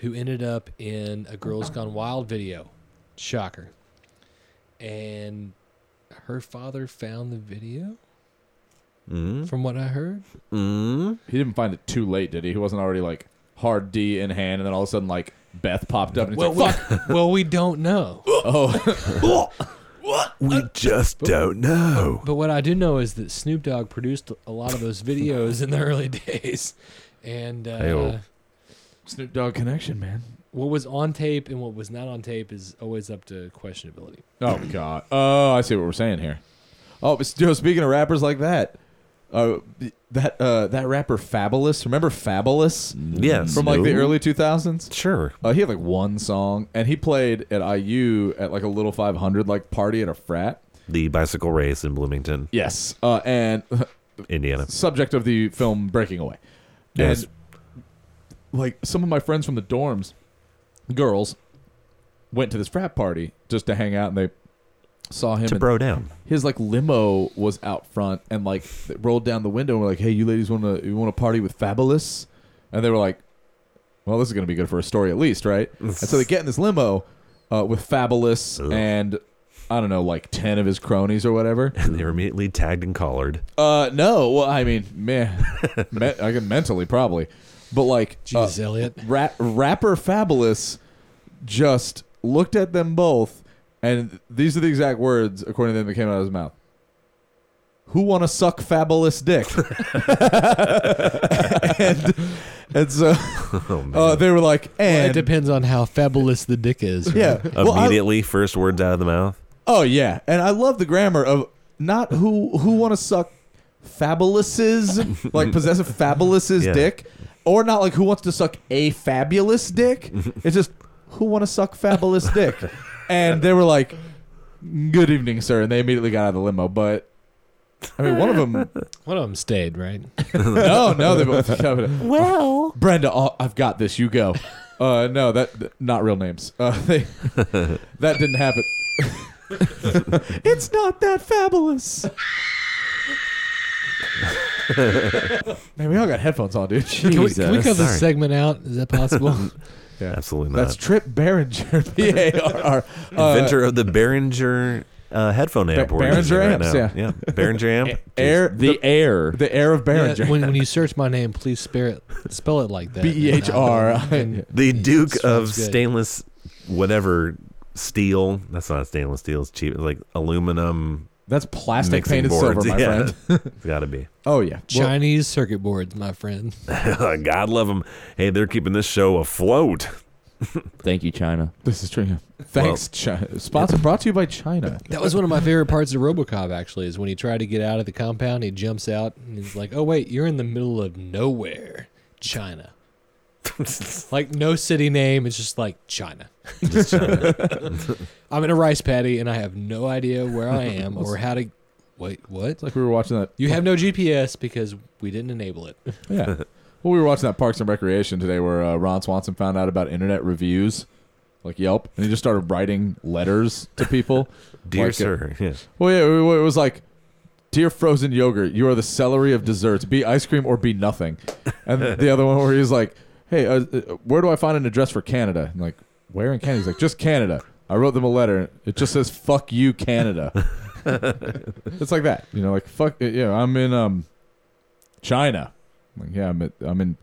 E: who ended up in a Girls Gone Wild video. Shocker. And her father found the video.
C: Mm,
E: From what I heard,
C: mm.
D: he didn't find it too late, did he? He wasn't already like hard D in hand, and then all of a sudden like Beth popped up and he's like, "Fuck,
E: well, we don't know.
D: Uh,
C: We just don't know.
E: But what I do know is that Snoop Dogg produced a lot of those videos in the early days, and uh,
C: Ayo.
D: Snoop Dogg connection, man."
E: what was on tape and what was not on tape is always up to questionability.
D: Oh God! Oh, I see what we're saying here. Oh, but Joe, speaking of rappers like that, uh, that uh, that rapper Fabulous, remember Fabulous
C: Yes.
D: from like the
C: No.
D: early two thousands?
C: Sure.
D: Uh, he had like one song, and he played at IU at like a little five hundred like party at a frat.
C: The bicycle race in Bloomington,
D: Yes, uh, and
C: Indiana.
D: subject of the film Breaking Away.
C: Yes.
D: And like some of my friends from the dorms, girls, went to this frat party just to hang out, and they saw him
C: To
D: and-
C: bro down.
D: his like limo was out front and like th- rolled down the window and were like, "Hey, you ladies want to you want to party with Fabulous?" And they were like, "Well, this is gonna be good for a story at least, right?" and so they get in this limo uh, with Fabulous
C: Ugh.
D: and I don't know, like ten of his cronies or whatever.
C: And they were immediately tagged and collared.
D: Uh, no, well, I mean, meh, me- I can mentally probably, but like, uh,
E: Jesus, Elliot.
D: ra- rapper Fabulous just looked at them both, and these are the exact words, according to them, that came out of his mouth. Who want to suck Fabulous dick? and, and so
C: Oh,
D: uh, they were like,
E: Well, it
D: and
E: depends on how fabulous the dick is. right?
D: yeah, well, I-
C: Immediately, first words out of the mouth.
D: oh yeah, and I love the grammar of not who who want to suck fabulouses like possessive fabulouses
C: Yeah.
D: dick, or not like who wants to suck a fabulous dick. It's just who want to suck fabulous dick, and they were like, "Good evening, sir," and they immediately got out of the limo. But I mean, one of them,
E: One of them stayed, right?
D: no, no, they both covered it.
I: Well,
D: Brenda, oh, I've got this. You go. Uh, no, that th- not real names. Uh, they, that didn't happen.
F: it's not that fabulous.
D: Man, we all got headphones on, dude.
E: Can we, can we
F: Jesus.
E: cut
C: Sorry.
E: this segment out? Is that possible?
C: Absolutely not.
D: That's Trip Behringer, B A R R. uh,
C: Inventor of the Behringer uh, headphone amp. we're
D: Behringer
C: using
D: amps,
C: now.
D: yeah.
C: Behringer amp.
D: Air
F: The air.
D: the air of
E: Yeah,
D: Behringer.
E: when, when you search my name, please spare it, spell it like that.
D: B E H R I N.
C: The Duke of
E: sounds good.
C: stainless, whatever steel. That's not stainless steel. It's cheap. It's like aluminum
D: That's plastic
C: mixing
D: painted
C: boards.
D: silver, my
C: yeah,
D: friend.
C: it's got to be.
D: Oh yeah, Well,
E: Chinese circuit boards, my friend.
C: God love them. Hey, they're keeping this show afloat.
F: Thank you, China.
D: this is true. Thanks, China. Sponsor brought to you by China.
E: That was one of my favorite parts of RoboCop. Actually, is when he tried to get out of the compound, he jumps out and he's like, "Oh wait, you're in the middle of nowhere, China." like no city name. It's just like China. I'm in a rice paddy and I have no idea where I am or how to. Wait, what?
D: It's like we were watching that.
E: You have no GPS because we didn't enable it.
D: Yeah. Well, we were watching that Parks and Recreation today, where uh, Ron Swanson found out about internet reviews, like Yelp, and he just started writing letters to people.
C: Dear
D: Like, uh,
C: sir, yeah.
D: Well, yeah, it wa- it was like, "Dear frozen yogurt, you are the celery of desserts. Be ice cream or be nothing." And the other one where he's like, "Hey, uh, uh, where do I find an address for Canada?" And like, "Where in Canada?" He's like, "Just Canada." I wrote them a letter. It just says "fuck you, Canada." it's like that, you know, like fuck. uh, Yeah, I'm in um, China. I'm like, yeah, I'm at, I'm in.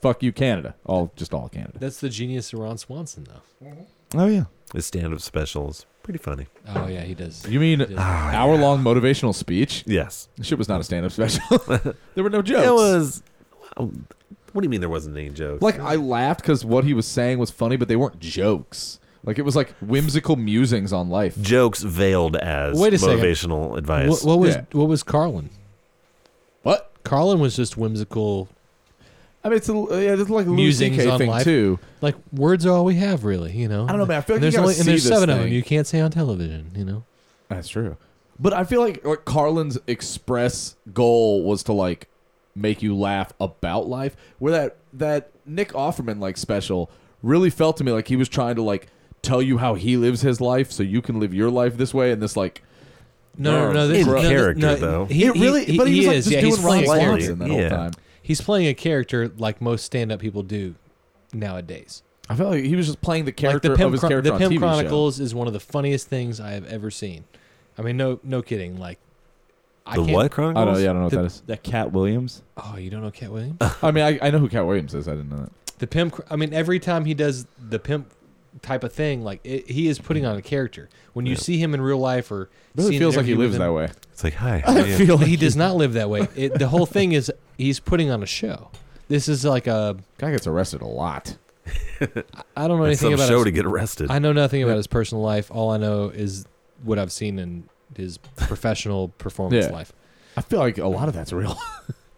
D: Fuck you, Canada. All just all Canada.
E: That's the genius of Ron Swanson, though.
D: Oh yeah.
C: His stand-up specials pretty funny.
E: Oh yeah, he does.
D: You mean
E: yeah.
D: hour long motivational speech?
C: Yes,
D: Shit was not a stand up special. there were no jokes.
C: it was. What do you mean there wasn't any jokes?
D: Like I laughed because what he was saying was funny, but they weren't jokes. Like it was like whimsical musings on life.
C: jokes veiled as
E: Wait a second.
C: motivational advice.
E: What, what was
D: Yeah.
E: what was Carlin?
D: What?
E: Carlin was just whimsical.
D: I mean, it's a, yeah, it's like a
E: Musings
D: Louis CK
E: on
D: thing
E: life.
D: too.
E: Like words are all we have, really. You know.
D: I don't know, man. I feel like
E: there's
D: you gotta
E: only and
D: see
E: there's
D: this
E: seven of them
D: thing.
E: you can't say on television. You know.
D: That's true. But I feel like like Carlin's express goal was to like make you laugh about life. Where that that Nick Offerman like special really felt to me like he was trying to like tell you how he lives his life so you can live your life this way and this like
E: No, no, no.
C: In
E: This, no, this-
C: character,
E: no,
C: though.
E: He,
D: it really
E: he,
D: but he, was
E: he
D: like
E: is.
D: just
E: yeah,
D: doing
E: he's playing.
D: Ron
E: a
C: Swanson.
E: character.
D: Swanson that
C: Yeah.
D: whole time.
E: He's playing a character like most stand-up people do nowadays.
D: I felt like he was just playing the character
E: like the Pimp,
D: of his
E: Chron-
D: character
E: the
D: on
E: Pimp
D: TV show.
E: Chronicles is one of the funniest things I have ever seen. I mean, no, no kidding. Like, I
C: the
E: can't,
C: what
D: I
C: chronicles?
D: don't, yeah, I don't know what that is.
F: That Cat Williams.
E: Oh, you don't know Cat Williams?
D: I mean, I, I know who Cat Williams is. I didn't know that.
E: the pimp i mean every time he does the pimp type of thing like it, he is putting on a character when you see him in real life or
D: Really
E: see an
D: feels like he
E: interview
D: lives
E: with
D: that
E: him-
D: way.
C: It's like hi. how are you?
E: he does not live that way it, the whole thing is he's putting on a show this is like a
D: Guy gets arrested a lot.
E: i don't know
C: It's some
E: anything about
C: show
E: his,
C: to get arrested.
E: i know nothing about his personal life all i know is what i've seen in his professional performance
D: Yeah.
E: life
D: I feel like a lot of that's real.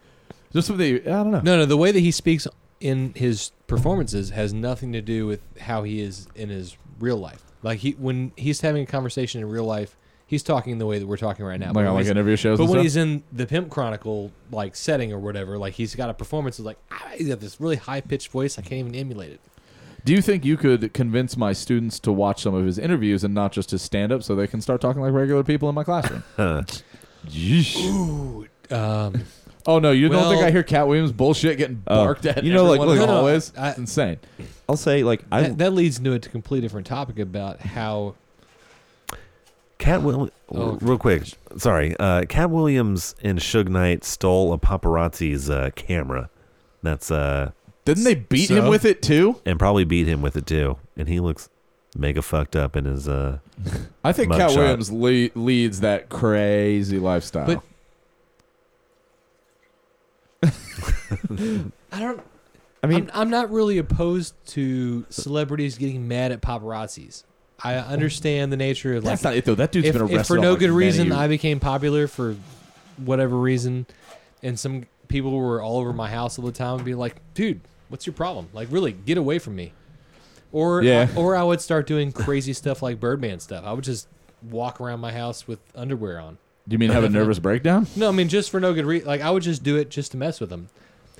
D: just with the, I don't know.
E: no no the way that he speaks in his performances has nothing to do with how he is in his real life like he when he's having a conversation in real life he's talking the way that we're talking right now
D: like
E: But
D: on
E: when
D: like
E: he's-
D: interview shows.
E: But
D: and
E: when
D: stuff?
E: he's in the Pimp Chronicle like setting or whatever, like he's got a performance that's like ah, he's got this really high pitched voice. I can't even emulate it.
D: Do you think you could convince my students to watch some of his interviews and not just his stand up so they can start talking like regular people in my classroom?
E: Um,
D: oh, no. You
E: Well-
D: don't think I hear Cat Williams bullshit getting
F: Oh.
D: barked at
F: You know, like,
D: everyone
F: look-
D: as
E: No, no,
D: always?
E: I-
D: it's insane.
F: I'll say like I
E: that, that leads into a completely different topic about how
C: Cat Will,
E: Oh,
C: real quick. Sorry, uh, Cat Williams and Suge Knight stole a paparazzi's uh, camera. That's uh,
D: Didn't they beat him
E: So?
D: with it, too?
C: and probably beat him with it too. And he looks mega fucked up in his uh.
D: I think
C: Mug
D: Cat
C: shot.
D: Williams le- leads that crazy lifestyle.
E: But- I don't. I mean, I'm, I'm not really opposed to celebrities getting mad at paparazzis. I understand the nature of like
D: That's not it though. That dude's
E: if,
D: been
E: if
D: arrested
E: for
D: on,
E: no
D: like,
E: good reason
D: many-
E: I became popular for whatever reason, and some people were all over my house all the time and be like, "Dude, what's your problem? Like, really, get away from me." Or
D: Yeah.
E: or I would start doing crazy stuff like Birdman stuff. I would just walk around my house with underwear on.
D: you mean have a nervous breakdown?
E: No, I mean just for no good reason. Like I would just do it just to mess with them,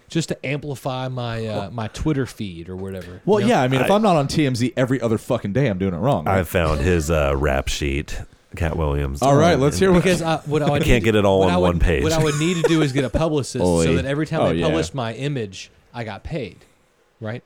E: just to amplify my uh, my Twitter feed or whatever.
D: Well,
E: you know?
D: yeah. I mean, if I'm not on TMZ every other fucking day, I'm doing it wrong.
C: I found his uh, rap sheet Cat Williams.
D: All right, let's hear what-
E: Because I, what I, would
C: can't
E: need to-
C: get it all
E: what
C: on
E: I would-
C: one page.
E: What I would need to do is get a publicist so
F: Oy.
E: that every time
D: Oh,
E: I
D: yeah.
E: published my image, I got paid. Right.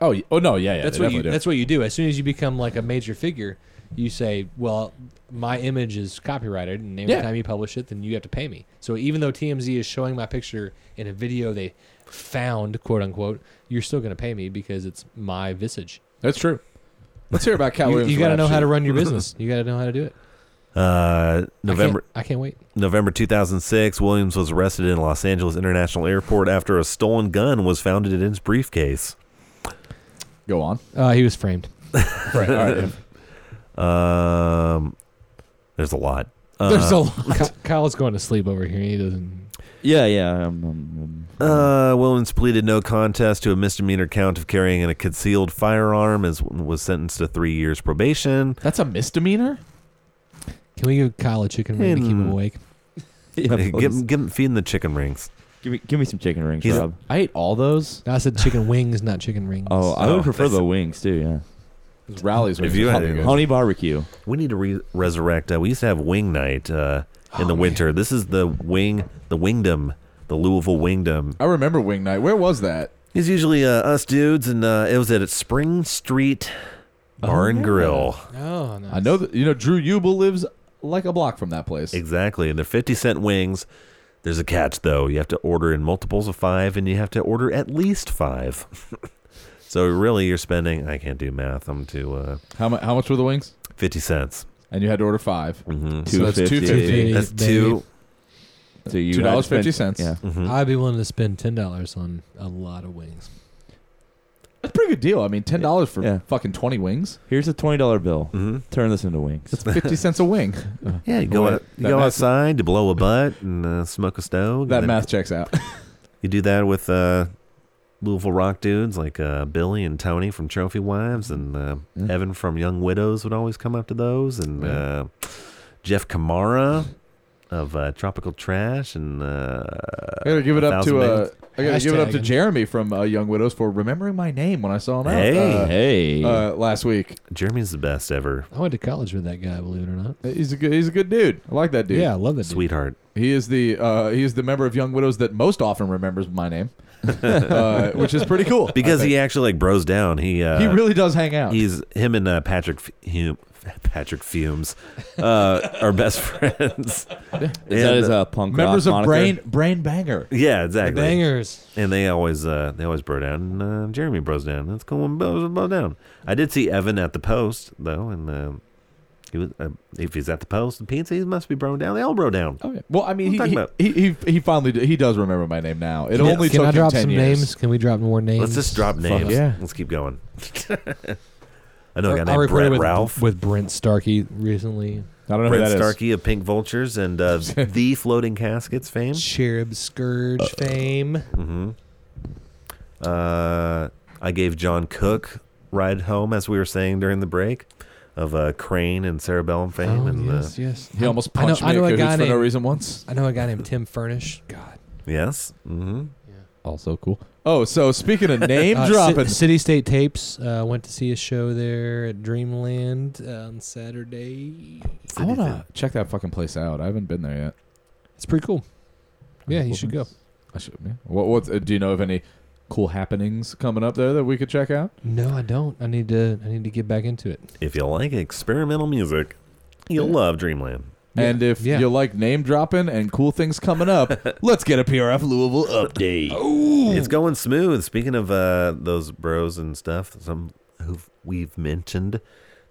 D: Oh, y- oh no, yeah, yeah.
E: that's
D: they
E: what you.
D: definitely do.
E: That's what you do. As soon as you become like a major figure, you say, "Well, my image is copyrighted, and every
D: Yeah.
E: time you publish it, then you have to pay me." So even though TMZ is showing my picture in a video they found, quote unquote, you're still going to pay me because it's my visage.
D: That's true. Let's hear about Cat
E: You,
D: Williams.
E: got to
D: rap
E: know how
D: sheet.
E: to run your business. You got to know how to do it.
C: Uh,
E: I can't-
C: November
E: I can't, wait.
C: November 2006, Williams was arrested in Los Angeles International Airport after a stolen gun was found in his briefcase.
D: Go on.
E: Uh, he was framed.
D: Right. All right.
C: Um, there's a lot. Uh,
E: There's a lot. Kyle's going to sleep over here. He doesn't.
F: Yeah, yeah. Um, um, um,
C: Uh, Williams pleaded no contest to a misdemeanor count of carrying a concealed firearm and was sentenced to three years probation.
D: That's a misdemeanor.
E: Can we give Kyle a chicken wing to keep him
C: Hmm.
E: awake?
F: yeah,
C: Hey, give,
F: please.
C: him- give him feed him the chicken rings.
F: give me give me some chicken rings,
C: He's-
F: Rob.
D: I ate all those.
E: No, I said chicken wings, not chicken rings.
F: Oh, I
C: Oh,
F: would prefer
C: that's-
F: the wings too. Yeah,
D: Rallies.
C: If you had-
D: good.
F: honey barbecue.
C: We need to re- resurrect. Uh, we used to have wing night uh, in
E: Oh,
C: the
E: man.
C: winter. This is the wing, the wingdom, the Louisville wingdom.
D: I remember Wing Night. Where was that?
C: It's usually uh, us dudes, and uh, it was at Spring Street Bar and Grill.
E: Oh, nice.
D: I know that you know Drew Ubel lives like a block from that place.
C: Exactly, and they're fifty cent wings. There's a catch though. You have to order in multiples of five, and you have to order at least five. so really, you're spending. I can't do math. I'm too uh,
D: How much? How much were the wings?
C: fifty cents.
D: And you had to order five.
C: Mm-hmm.
D: So that's
F: 250.
D: 250.
C: That's two.
F: So you
D: Two dollars
F: had to
D: fifty
F: spend-
D: cents.
F: Yeah,
C: mhm.
E: I'd be willing to spend ten dollars on a lot of wings.
D: that's a pretty good deal. I mean, ten dollars for
F: Yeah.
D: fucking twenty wings.
F: here's a twenty dollar bill.
C: Mhm.
F: Turn this into wings.
D: That's fifty cents a wing.
C: Yeah, you go
D: Boy,
C: out, you
D: that
C: go
D: math-
C: outside to blow a butt and uh, smoke a stove.
D: That
C: and then
D: math checks out.
C: You do that with uh, Louisville rock dudes like uh, Billy and Tony from Trophy Wives, and uh,
F: Yeah.
C: Evan from Young Widows would always come up to those, and
D: Mm. Yeah.
C: uh, Jeff Kamara of uh, Tropical Trash, and uh,
D: I gotta give it up to
C: 1,000
D: uh, I gotta give it up to
E: Hashtagging.
D: Jeremy from uh, Young Widows for remembering my name when I saw him out.
C: Hey,
D: uh,
F: Hey,
D: uh, last week.
C: Jeremy's the best ever,
E: I went to college with that guy, believe it or not.
D: He's a good. He's a good dude. I like that dude.
E: Yeah, I love that. dude.
C: sweetheart.
D: He is the uh, he is the member of Young Widows that most often remembers my name, uh, which is pretty cool.
C: Because he actually like bros down. He uh,
D: he really does hang out.
C: He's him and uh, Patrick F- Hume, Patrick Fumes uh, are best friends.
F: is that
C: And,
F: his
C: uh,
F: uh, punk
D: members
F: rock
D: of
F: moniker?
D: Brain Brain Banger.
C: yeah, exactly.
E: Bangers.
C: And they always uh, they always bro down. And, uh, Jeremy bros down. That's cool. When bros bro down. I did see Evan at the post though, and uh, he was uh, if he's at the post, the PNC must be bro down. They all bro down.
D: Oh yeah. Well, I mean,
C: What are you
D: he,
C: talking
D: he, he he finally did, he does remember my name now. It
E: Can-
D: only
E: Can
D: took
E: I
D: him
E: drop
D: 10
E: some
D: years.
E: names? Can we drop more names?
C: Let's just drop names.
D: yeah.
C: Let's keep going. I know a guy
E: I
C: named
E: recorded
C: Brett
E: with,
C: Ralph.
E: with Brent Starkey recently.
D: I don't know
C: Brent
D: who that is.
C: Starkey of Pink Vultures and uh, the Floating Caskets fame.
E: Cherub Scourge
C: Uh,
E: fame.
C: hmm Uh, I gave John Cook ride home as we were saying during the break of uh, Crane and Cerebellum fame,
E: Oh,
C: and uh,
E: yes, yes.
D: He almost
E: I know-
D: punched
E: I know
D: me
E: a
D: at
E: guy
D: Cahoots for no
E: named-
D: reason once.
E: I know a guy named Tim Furnish. God.
C: uh, yes, hmm
D: Also cool. Oh, so speaking of name
E: Uh, Ci-
D: dropping,
E: City State Tapes. Uh, went to see a show there at Dreamland uh, on Saturday.
D: I want to check that fucking place out. I haven't been there yet.
E: It's pretty cool. Yeah, you should go.
D: I should. Yeah. What what uh, do you know of any cool happenings coming up there that we could check out?
E: No, I don't. I need to. I need to get back into it.
C: if you like experimental music, you'll love Dreamland.
E: Yeah,
D: And if
E: yeah.
D: you like name dropping and cool things coming up, let's get a PRF Louisville update.
C: It's going smooth. Speaking of uh, those bros and stuff, some who we've mentioned,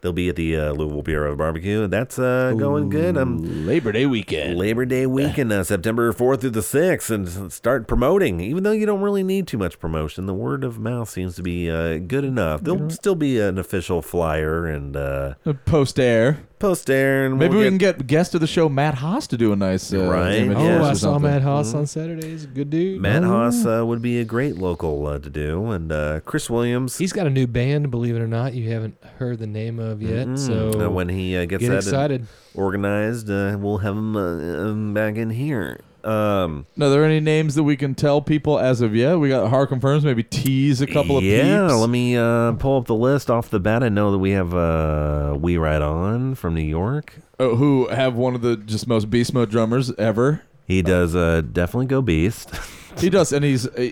C: they'll be at the uh, Louisville Bureau of Barbecue. That's uh, going good. I'm
D: Labor Day weekend.
C: Labor Day weekend, uh, September 4th through the 6th, and s- start promoting. Even though you don't really need too much promotion, the word of mouth seems to be uh, good enough. There'll still be an official flyer and uh,
D: Post air.
C: post there, and
D: Maybe
C: we'll
D: we can get guest of the show Matt Haas to do a nice uh,
C: Right.
D: image
C: Oh,
D: for us or
E: oh, I saw
D: something.
E: Matt Haas on Saturday. He's a good dude.
C: Matt
E: Oh,
C: Haas uh, would be a great local uh, to do, and uh, Chris Williams.
E: He's got a new band, believe it or not. You haven't heard the name of yet,
C: Mm,
E: so
C: uh, when he uh, gets
E: get
C: that
E: excited.
C: organized, uh, we'll have him uh, um, back in here. Um,
D: No, there any names that we can tell people as of yet? We got Har confirms, maybe tease a couple of
C: yeah,
D: peeps.
C: let me uh, pull up the list off the bat. I know that we have uh, We Ride On from New York.
D: Oh, who have one of the just most beast mode drummers ever.
C: He does uh, definitely go beast.
D: He does, and he's uh,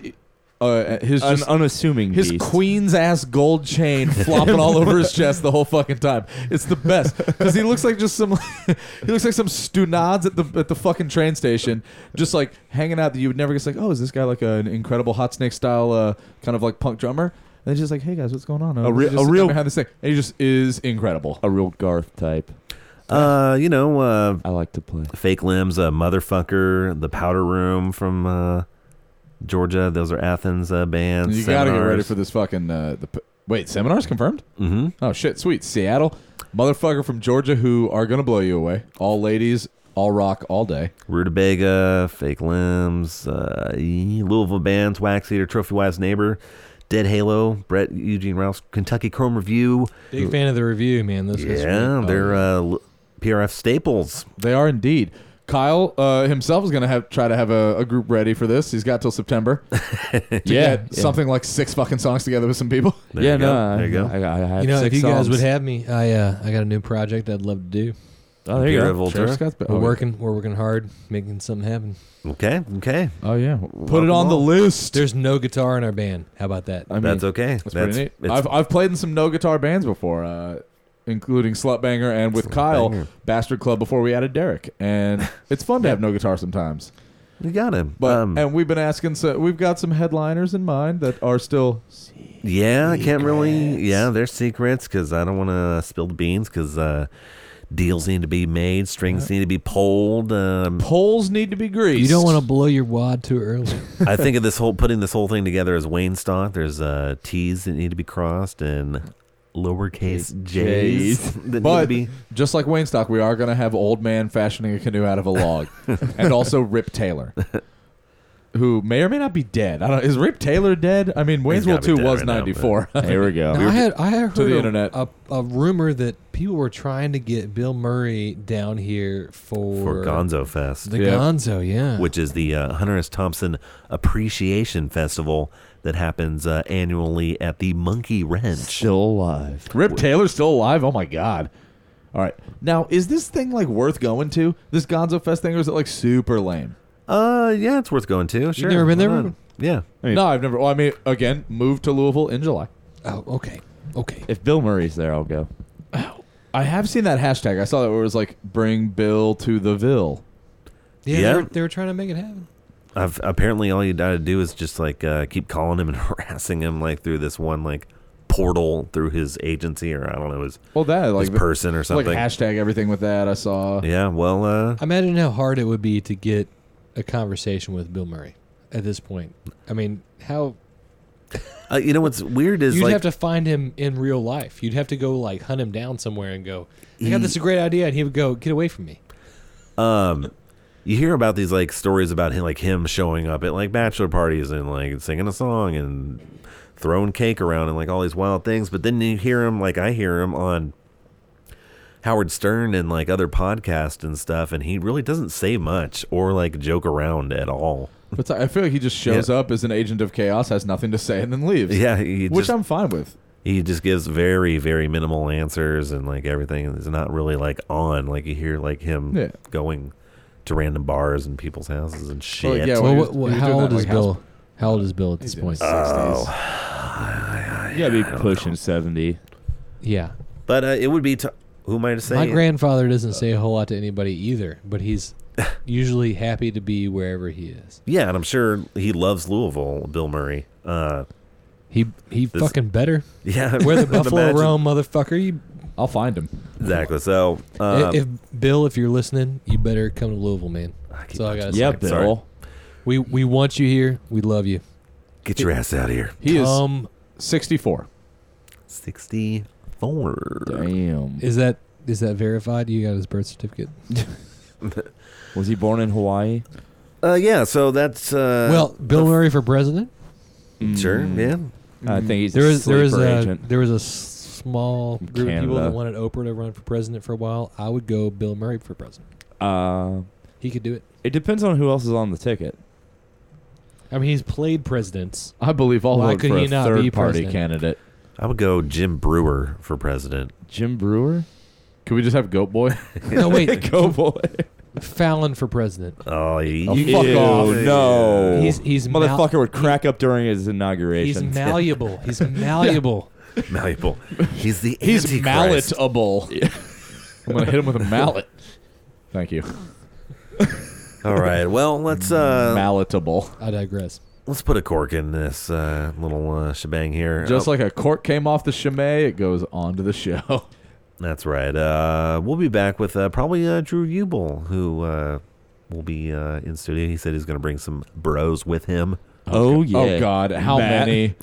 D: uh, his
F: An
D: just,
F: unassuming
D: his
F: beast.
D: queen's ass gold chain flopping all over his chest the whole fucking time. It's the best because he looks like just some he looks like some stunads at the at the fucking train station, just like hanging out that you would never guess. Like, oh, is this guy like an incredible hot snake style uh, kind of like punk drummer? And he's just like, hey guys, what's going on? Uh,
F: A re-
D: he's just
F: a real-
D: behind this thing. And he just is incredible.
F: a real Garth type.
C: uh, you know, uh,
F: I like to play.
C: Fake Limbs, uh, Motherfucker, The Powder Room from uh, Georgia. Those are Athens uh, bands.
D: you got to get ready for this fucking uh, the p- wait. Seminars confirmed.
C: Mm-hmm.
D: Oh shit, sweet. Seattle. Motherfucker from Georgia who are gonna blow you away. All ladies, all rock, all day.
C: Rutabaga, Fake Limbs, uh, e- Louisville Bands, Wax Eater, Trophy Wise Neighbor, Dead Halo, Brett Eugene Rouse, Kentucky Chrome Review.
E: Big fan of the review, man. Those guys are
C: yeah,
E: really
C: they're
E: quality.
C: uh,
F: Oh,
C: l- PRF staples.
D: They are indeed. Kyle uh, himself is gonna have try to have a, a group ready for this. He's got till September to get something like six fucking songs together with some people.
C: There
F: yeah,
C: you
F: no,
C: go.
F: I-
C: there you go.
F: I, I have
E: you know, if
F: six
E: you guys
F: songs.
E: would have me, I uh, I got a new project I'd love to do.
F: oh, there you
C: Pure
F: go.
C: Revolt.
D: Travis
C: Sure.
D: Scott's been-
E: We're
D: oh,
E: working, we're working hard, making something happen.
C: Okay, okay.
D: Oh yeah, put it on the list.
E: There's no guitar in our band. How about that?
D: I mean,
C: That's okay.
D: That's, pretty neat.
C: it's-
D: I've, I've played in some no guitar bands before, uh, including Slutbanger and with Kyle
C: Slutbanger.
D: Bastard Club before we added Derek, and it's fun to have no guitar sometimes.
C: you got him.
D: But
C: um,
D: and we've been asking, so we've got some headliners in mind that are still.
C: yeah, I can't really. Yeah, they're secrets because I don't want to spill the beans because uh, deals need to be made, strings need to be pulled. Um,
D: Poles need to be greased.
E: You don't want to blow your wad too early.
C: I think of this whole putting this whole thing together as Wayne stock. There's uh, T's that need to be crossed and lowercase J's,
F: J's.
C: that
D: But
C: need to
D: just like Wayne Stock, we are going to have old man fashioning a canoe out of a log, and also Rip Taylor, who may or may not be dead. I don't. Is Rip Taylor dead? I mean, Wayne's World
C: gotta be
D: Two
C: dead
D: was
C: right now,
D: ninety four.
F: Here we go.
E: Now, I had I had heard
D: To the
E: a,
D: internet.
E: A, a rumor that people were trying to get Bill Murray down here
C: be
E: for
C: for Gonzo Fest,
E: the
D: Yeah.
E: Gonzo, yeah.
C: which is the uh, Hunter S. Thompson Appreciation Festival that happens uh, annually at the Monkey Ranch.
F: Still alive.
D: Rip Taylor's still alive. Oh my god. All right. Now, is this thing like worth going to? This Gonzo Fest thing, or is it like super lame?
C: Uh, yeah, it's worth going to. Sure,
E: never been
C: why
E: there
C: not?
E: before?
C: Yeah,
D: no, I've never. Well, I mean, again, moved to Louisville in July.
E: oh, okay, okay.
F: If Bill Murray's there, I'll go.
D: I have seen that hashtag. I saw that where it was like, "Bring Bill to the Ville."
E: Yeah,
C: Yeah.
E: They, were, they were trying to make it happen.
C: I've apparently all you gotta do is just like uh, keep calling him and harassing him like through this one like portal through his agency or I don't know his
D: Well, that like
C: his person or something.
D: Like hashtag everything with that. I saw.
C: yeah, well, uh,
E: I imagine how hard it would be to get a conversation with Bill Murray at this point. I mean, how
C: Uh, you know what's weird is
E: you'd
C: like
E: have to find him in real life. You'd have to go like hunt him down somewhere and go, "I
C: He-
E: got this great idea," and he would go, "Get away from me."
C: um, you hear about these like stories about him like him showing up at like bachelor parties and like singing a song and throwing cake around and like all these wild things, but then you hear him like I hear him on Howard Stern and like other podcasts and stuff, and he really doesn't say much or like joke around at all.
D: But it's like- I feel like he just shows
C: Yeah.
D: up as an agent of chaos, has nothing to say, and then leaves.
C: Yeah, he
D: which
C: just,
D: I'm fine with.
C: he just gives very very minimal answers and like everything is not really like on like you hear like him
D: Yeah.
C: going to random bars and people's houses and shit.
D: Well, yeah,
E: Oh, Well,
D: he was-
E: what, what,
D: he was
E: how
D: doing
E: old
D: that,
E: is
D: like,
E: Bill?
D: house-
E: how old is Bill at this
D: He's in
E: point?
D: his
C: Oh.
D: 60s.
F: You gotta be pushing 70.
E: yeah,
C: But uh, it would be. T- who am I to say?
E: My
C: it?
E: grandfather doesn't say a whole lot to anybody either, but he's usually happy to be wherever he is.
C: yeah, and I'm sure he loves Louisville, Bill Murray. Uh,
E: He he
C: This-
E: fucking better.
C: yeah,
E: Where the
C: I'd
E: Buffalo
C: imagine.
E: Rome, motherfucker. You,
D: I'll find him.
C: Exactly. So, um,
E: if Bill, if you're listening, you better come to Louisville, man.
C: keep
E: That's all I gotta
F: Yeah,
E: say.
F: Bill.
C: Sorry.
E: We we want you here. We love you.
C: get your ass out of here.
D: He
E: um,
D: is 64.
C: Sixty-four.
F: Damn.
E: is that is that verified? You got his birth certificate.
F: Was he born in Hawaii?
C: Uh, yeah. So that's uh,
E: well, mm. Bill Murray for president.
C: sure. Yeah.
F: I think he's
E: There
F: a
E: was there was
F: sleeper
E: a
F: agent.
E: there was a s- small
F: From
E: group of people that
F: Canada.
E: wanted Oprah to run for president for a while. I would go Bill Murray for president.
F: Uh,
E: He could do it.
F: It depends on who else is on the ticket.
E: I mean, he's played presidents.
D: I believe I'll
E: Why
D: vote
E: could
D: for
E: he
D: a
E: not
D: third
E: be
D: party
E: president?
D: candidate.
C: I would go Jim Brewer for president.
F: Jim Brewer?
D: Can we just have Goat Boy?
E: No, wait,
F: Go boy.
E: Fallon for president.
C: Oh,
D: Oh,
C: you,
D: fuck off.
F: No.
E: He's he's mal-
F: Motherfucker would crack up during his
E: He's
F: inauguration.
E: malleable. He's malleable.
C: malleable. He's the
D: He's
C: Antichrist.
D: malletable. I'm gonna hit him with a mallet. Thank you.
C: All right. Well, let's uh
D: Malletable.
E: I digress.
C: let's put a cork in this uh, little uh, shebang here.
D: Just
C: Oh,
D: like a cork came off the chimay, it goes onto the show.
C: that's right. Uh, we'll be back with uh, probably uh, Drew Ubel, who uh, will be uh, in studio. He said he's going to bring some bros with him.
F: oh, yeah.
D: Oh God, how
F: Matt.
D: many?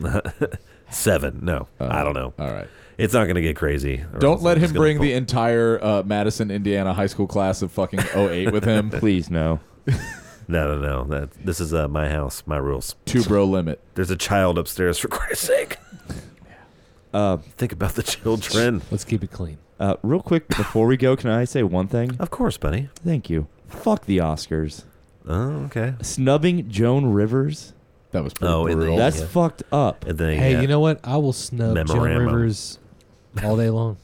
C: Seven? No, I don't know.
D: All right.
C: It's not going to get crazy. or else
D: Uh. Don't
C: I'm
D: let
C: just
D: him
C: gonna
D: bring the
C: pull-
D: entire uh, Madison, Indiana high school class of fucking 08 with him.
F: Please, no.
C: No, no, no. That this is uh, my house, my rules.
D: Two bro limit.
C: There's a child upstairs for Christ's sake.
F: Uh,
C: Think about the children.
E: Let's keep it clean.
F: uh, real quick, before we go, can I say one thing?
C: Of course, buddy.
F: Thank you. Fuck the Oscars.
C: Oh, okay.
F: Snubbing Joan Rivers?
D: That was pretty
C: Oh, in the-
D: brutal.
F: That's
C: yeah.
F: fucked up.
C: And then
E: Hey,
C: yeah,
E: you know what? I will snub Joan
C: Memorandum.
E: Rivers all day long.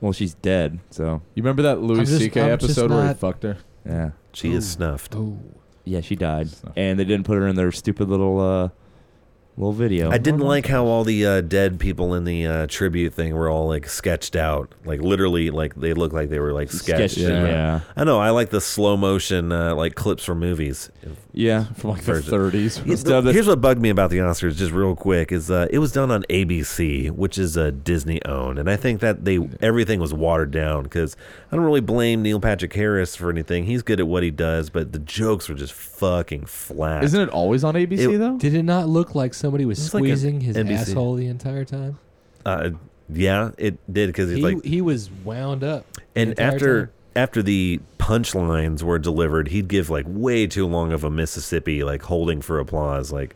F: Well, she's dead, so
D: you remember that Louis
E: I'm just-
D: C.K.
E: I'm just
D: episode where he
E: not-
D: fucked her?
F: yeah.
C: she is snuffed.
E: Oh,
F: Yeah, she died.
D: So-
F: And they didn't put her in their stupid little uh little video.
C: I didn't like how all the uh, dead people in the uh, tribute thing were all like sketched out, like literally, like they looked like they were like sketched.
F: sketched it,
C: out.
F: yeah.
C: I know. I like the slow motion, uh, like clips from movies.
F: Yeah.
D: From like the
C: Version.
D: 30s.
C: Yeah,
F: Instead of
C: the-
F: this-
C: Here's what bugged me about the Oscars, just real quick, is uh, it was done on ABC, which is uh, Disney owned, and I think that they everything was watered down because I don't really blame Neil Patrick Harris for anything. He's good at what he does, but the jokes were just fucking flat.
D: Isn't it always on ABC
C: It-
D: though?
E: did it not look like somebody was
C: It's like an
E: squeezing his
C: NBC.
E: asshole the entire time?
C: Uh, yeah, it did because he's
E: He,
C: like,
E: he was wound up. the
C: and
E: entire
C: after
E: time.
C: after the punchlines were delivered, he'd give like way too long of a Mississippi, like holding for applause, like.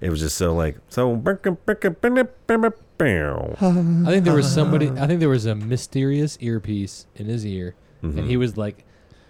C: It was just so like so. mm-hmm.
E: I think there was somebody. I think there was a mysterious earpiece in his ear, and
D: Mm-hmm.
E: he was like,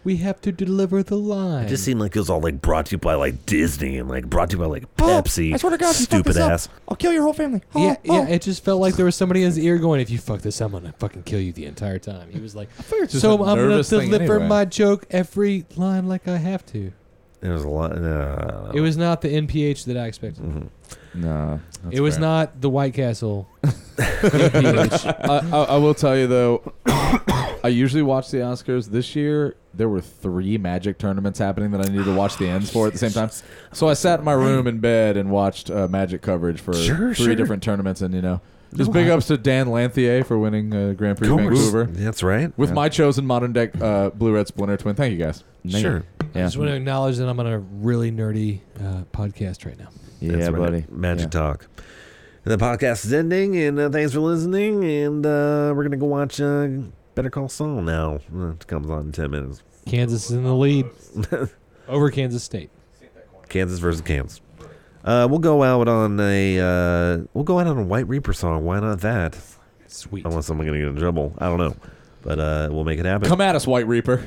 E: "We have to deliver the line."
C: It just seemed like it was all like brought to you by like Disney and like brought to you by like Pepsi.
F: I swear to God, if you fuck
C: stupid
F: this up,
C: ass.
F: I'll kill your whole family.
E: yeah, yeah. It just felt like there was somebody in his ear going, "If you fuck this, I'm gonna fucking kill you the entire time." He was like,
D: it's just
E: "So
D: a
E: I'm gonna
D: nervous thing
E: deliver
D: anyway."
E: my joke every line like I have to."
C: There was a lot. Uh,
D: Oh.
C: mm-hmm.
E: It was not the NPH that I expected.
F: Nah.
E: it was
D: Mm, fair.
E: not the White Castle. NPH.
D: I, I, I will tell you though, I usually watch the Oscars. This year, there were three Magic tournaments happening that I needed to watch the ends for at the same time. So I sat in my room in bed and watched uh, Magic coverage for
C: Sure,
D: three
C: sure.
D: different tournaments, and you know, just big ups to Dan Lanthier for winning uh, Grand Prix
C: Of course.
D: Vancouver
C: That's right.
D: with my chosen modern deck uh, blue red splinter twin. Thank you guys.
C: Sure.
E: I
F: Yeah.
E: just want to acknowledge that I'm on a really nerdy uh, podcast right now.
F: Yeah,
C: That's right.
F: buddy.
C: Magic
F: Yeah.
C: talk. And the podcast is ending, and uh, thanks for listening. And uh, we're gonna go watch uh, Better Call Saul now. Uh, It comes on in ten minutes.
E: Kansas is in the lead over Kansas State.
C: Kansas versus Kansas. Uh, we'll go out on a uh, we'll go out on a White Reaper song. Why not that?
E: Sweet.
C: Unless I'm gonna get in trouble. I don't know, but uh, we'll make it happen.
D: Come at us, White Reaper.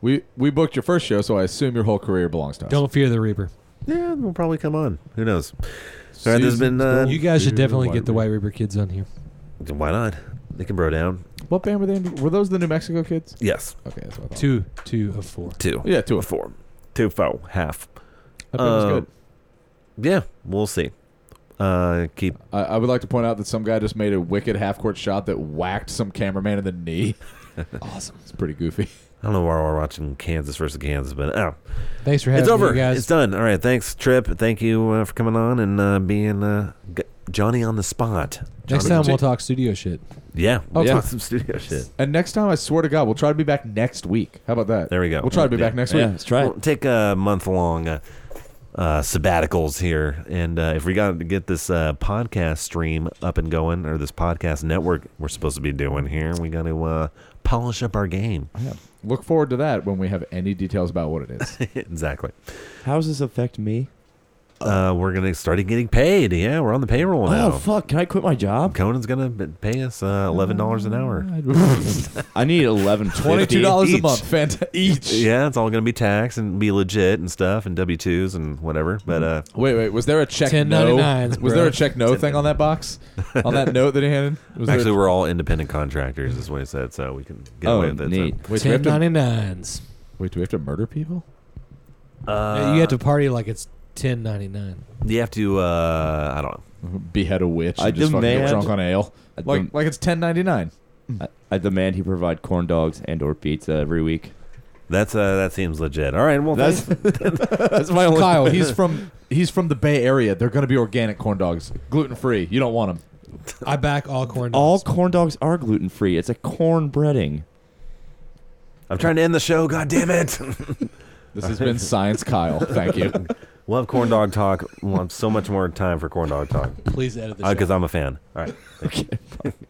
D: we we booked your first show, so I assume your whole career belongs to us.
E: Don't fear the Reaper.
C: Yeah, we'll probably come on. Who knows? All right, there's been uh,
E: You guys should
D: Fear the
E: definitely
D: White
E: get the White Reaper kids on here.
C: why not? They can bro down.
D: What band were they? In? Were those the New Mexico kids?
C: Yes,
D: Okay, that's what I thought.
E: Two, two of four.
C: two.
D: Yeah, two
C: a
D: of
C: four, two four half.
D: That band was
C: Uh,
D: good.
C: Yeah, we'll see. Uh, keep.
D: I, I would like to point out that some guy just made a wicked half court shot that whacked some cameraman in the knee. awesome. It's pretty goofy.
C: I don't know why we're watching Kansas versus Kansas, but oh,
E: Thanks for having
C: it's over.
E: me, guys.
C: It's done. All right, thanks, Trip. Thank you uh, for coming on and uh, being uh, g- Johnny on the spot.
E: Next time we'll talk studio shit.
C: Yeah, we'll
D: Okay.
C: talk some studio shit.
D: And next time, I swear to God, we'll try to be back next week. How about that?
C: There we go.
D: We'll try to be
C: Yeah.
D: back next
F: Yeah,
D: week.
F: let's try it.
C: We'll take a month long uh, uh, sabbaticals here, and uh, if we got to get this uh, podcast stream up and going, or this podcast network we're supposed to be doing here, we got to uh, polish up our game.
D: Yeah. Look forward to that when we have any details about what it is.
C: exactly.
F: How does this affect me?
C: Uh, we're gonna started getting paid. Yeah, we're on the payroll now.
F: Oh fuck! Can I quit my job?
C: Conan's gonna b- pay us uh, eleven dollars an hour.
D: Mm.
F: I need eleven
D: Twenty two dollars a
C: Each.
D: month, fanta- each.
C: Yeah, it's all gonna be taxed and be legit and stuff and W twos and whatever. But uh,
D: Wait, wait. Was there a check no?
E: 1099s,
D: Was
E: bro.
D: there a check no thing on that box? On that note that he handed? Was there-
C: actually, we're all independent contractors, is what he said, so we can get
F: Oh,
C: away with it. so-
F: neat.
D: wait, do we
E: Ten
D: have to-
E: ninety nines.
D: wait, do we have to murder people?
C: Uh,
E: you have to party like it's ten ninety nine.
C: You have to. Uh, I don't know.
D: Behead a witch
F: I
D: and just fucking get
F: demand-
D: drunk on ale?
F: I dem-
D: Like, like it's ten ninety nine.
F: I, I demand he provide corn dogs and or pizza every week.
C: That's uh, that seems legit. All right. Well,
F: That's-
C: thanks.
D: That's my only. Kyle, he's from he's from the Bay Area. They're gonna be organic corn dogs, gluten free. You don't want them.
E: I back all corn
F: All
E: dogs.
F: corn dogs are gluten free. It's a corn breading.
C: I'm trying to end the show. God damn it.
D: This has been Science Kyle. Thank you.
C: Love corn dog talk. Uh, Want so much more time for corn dog talk
E: Please edit this.
C: because I'm a fan. All right.
F: Okay.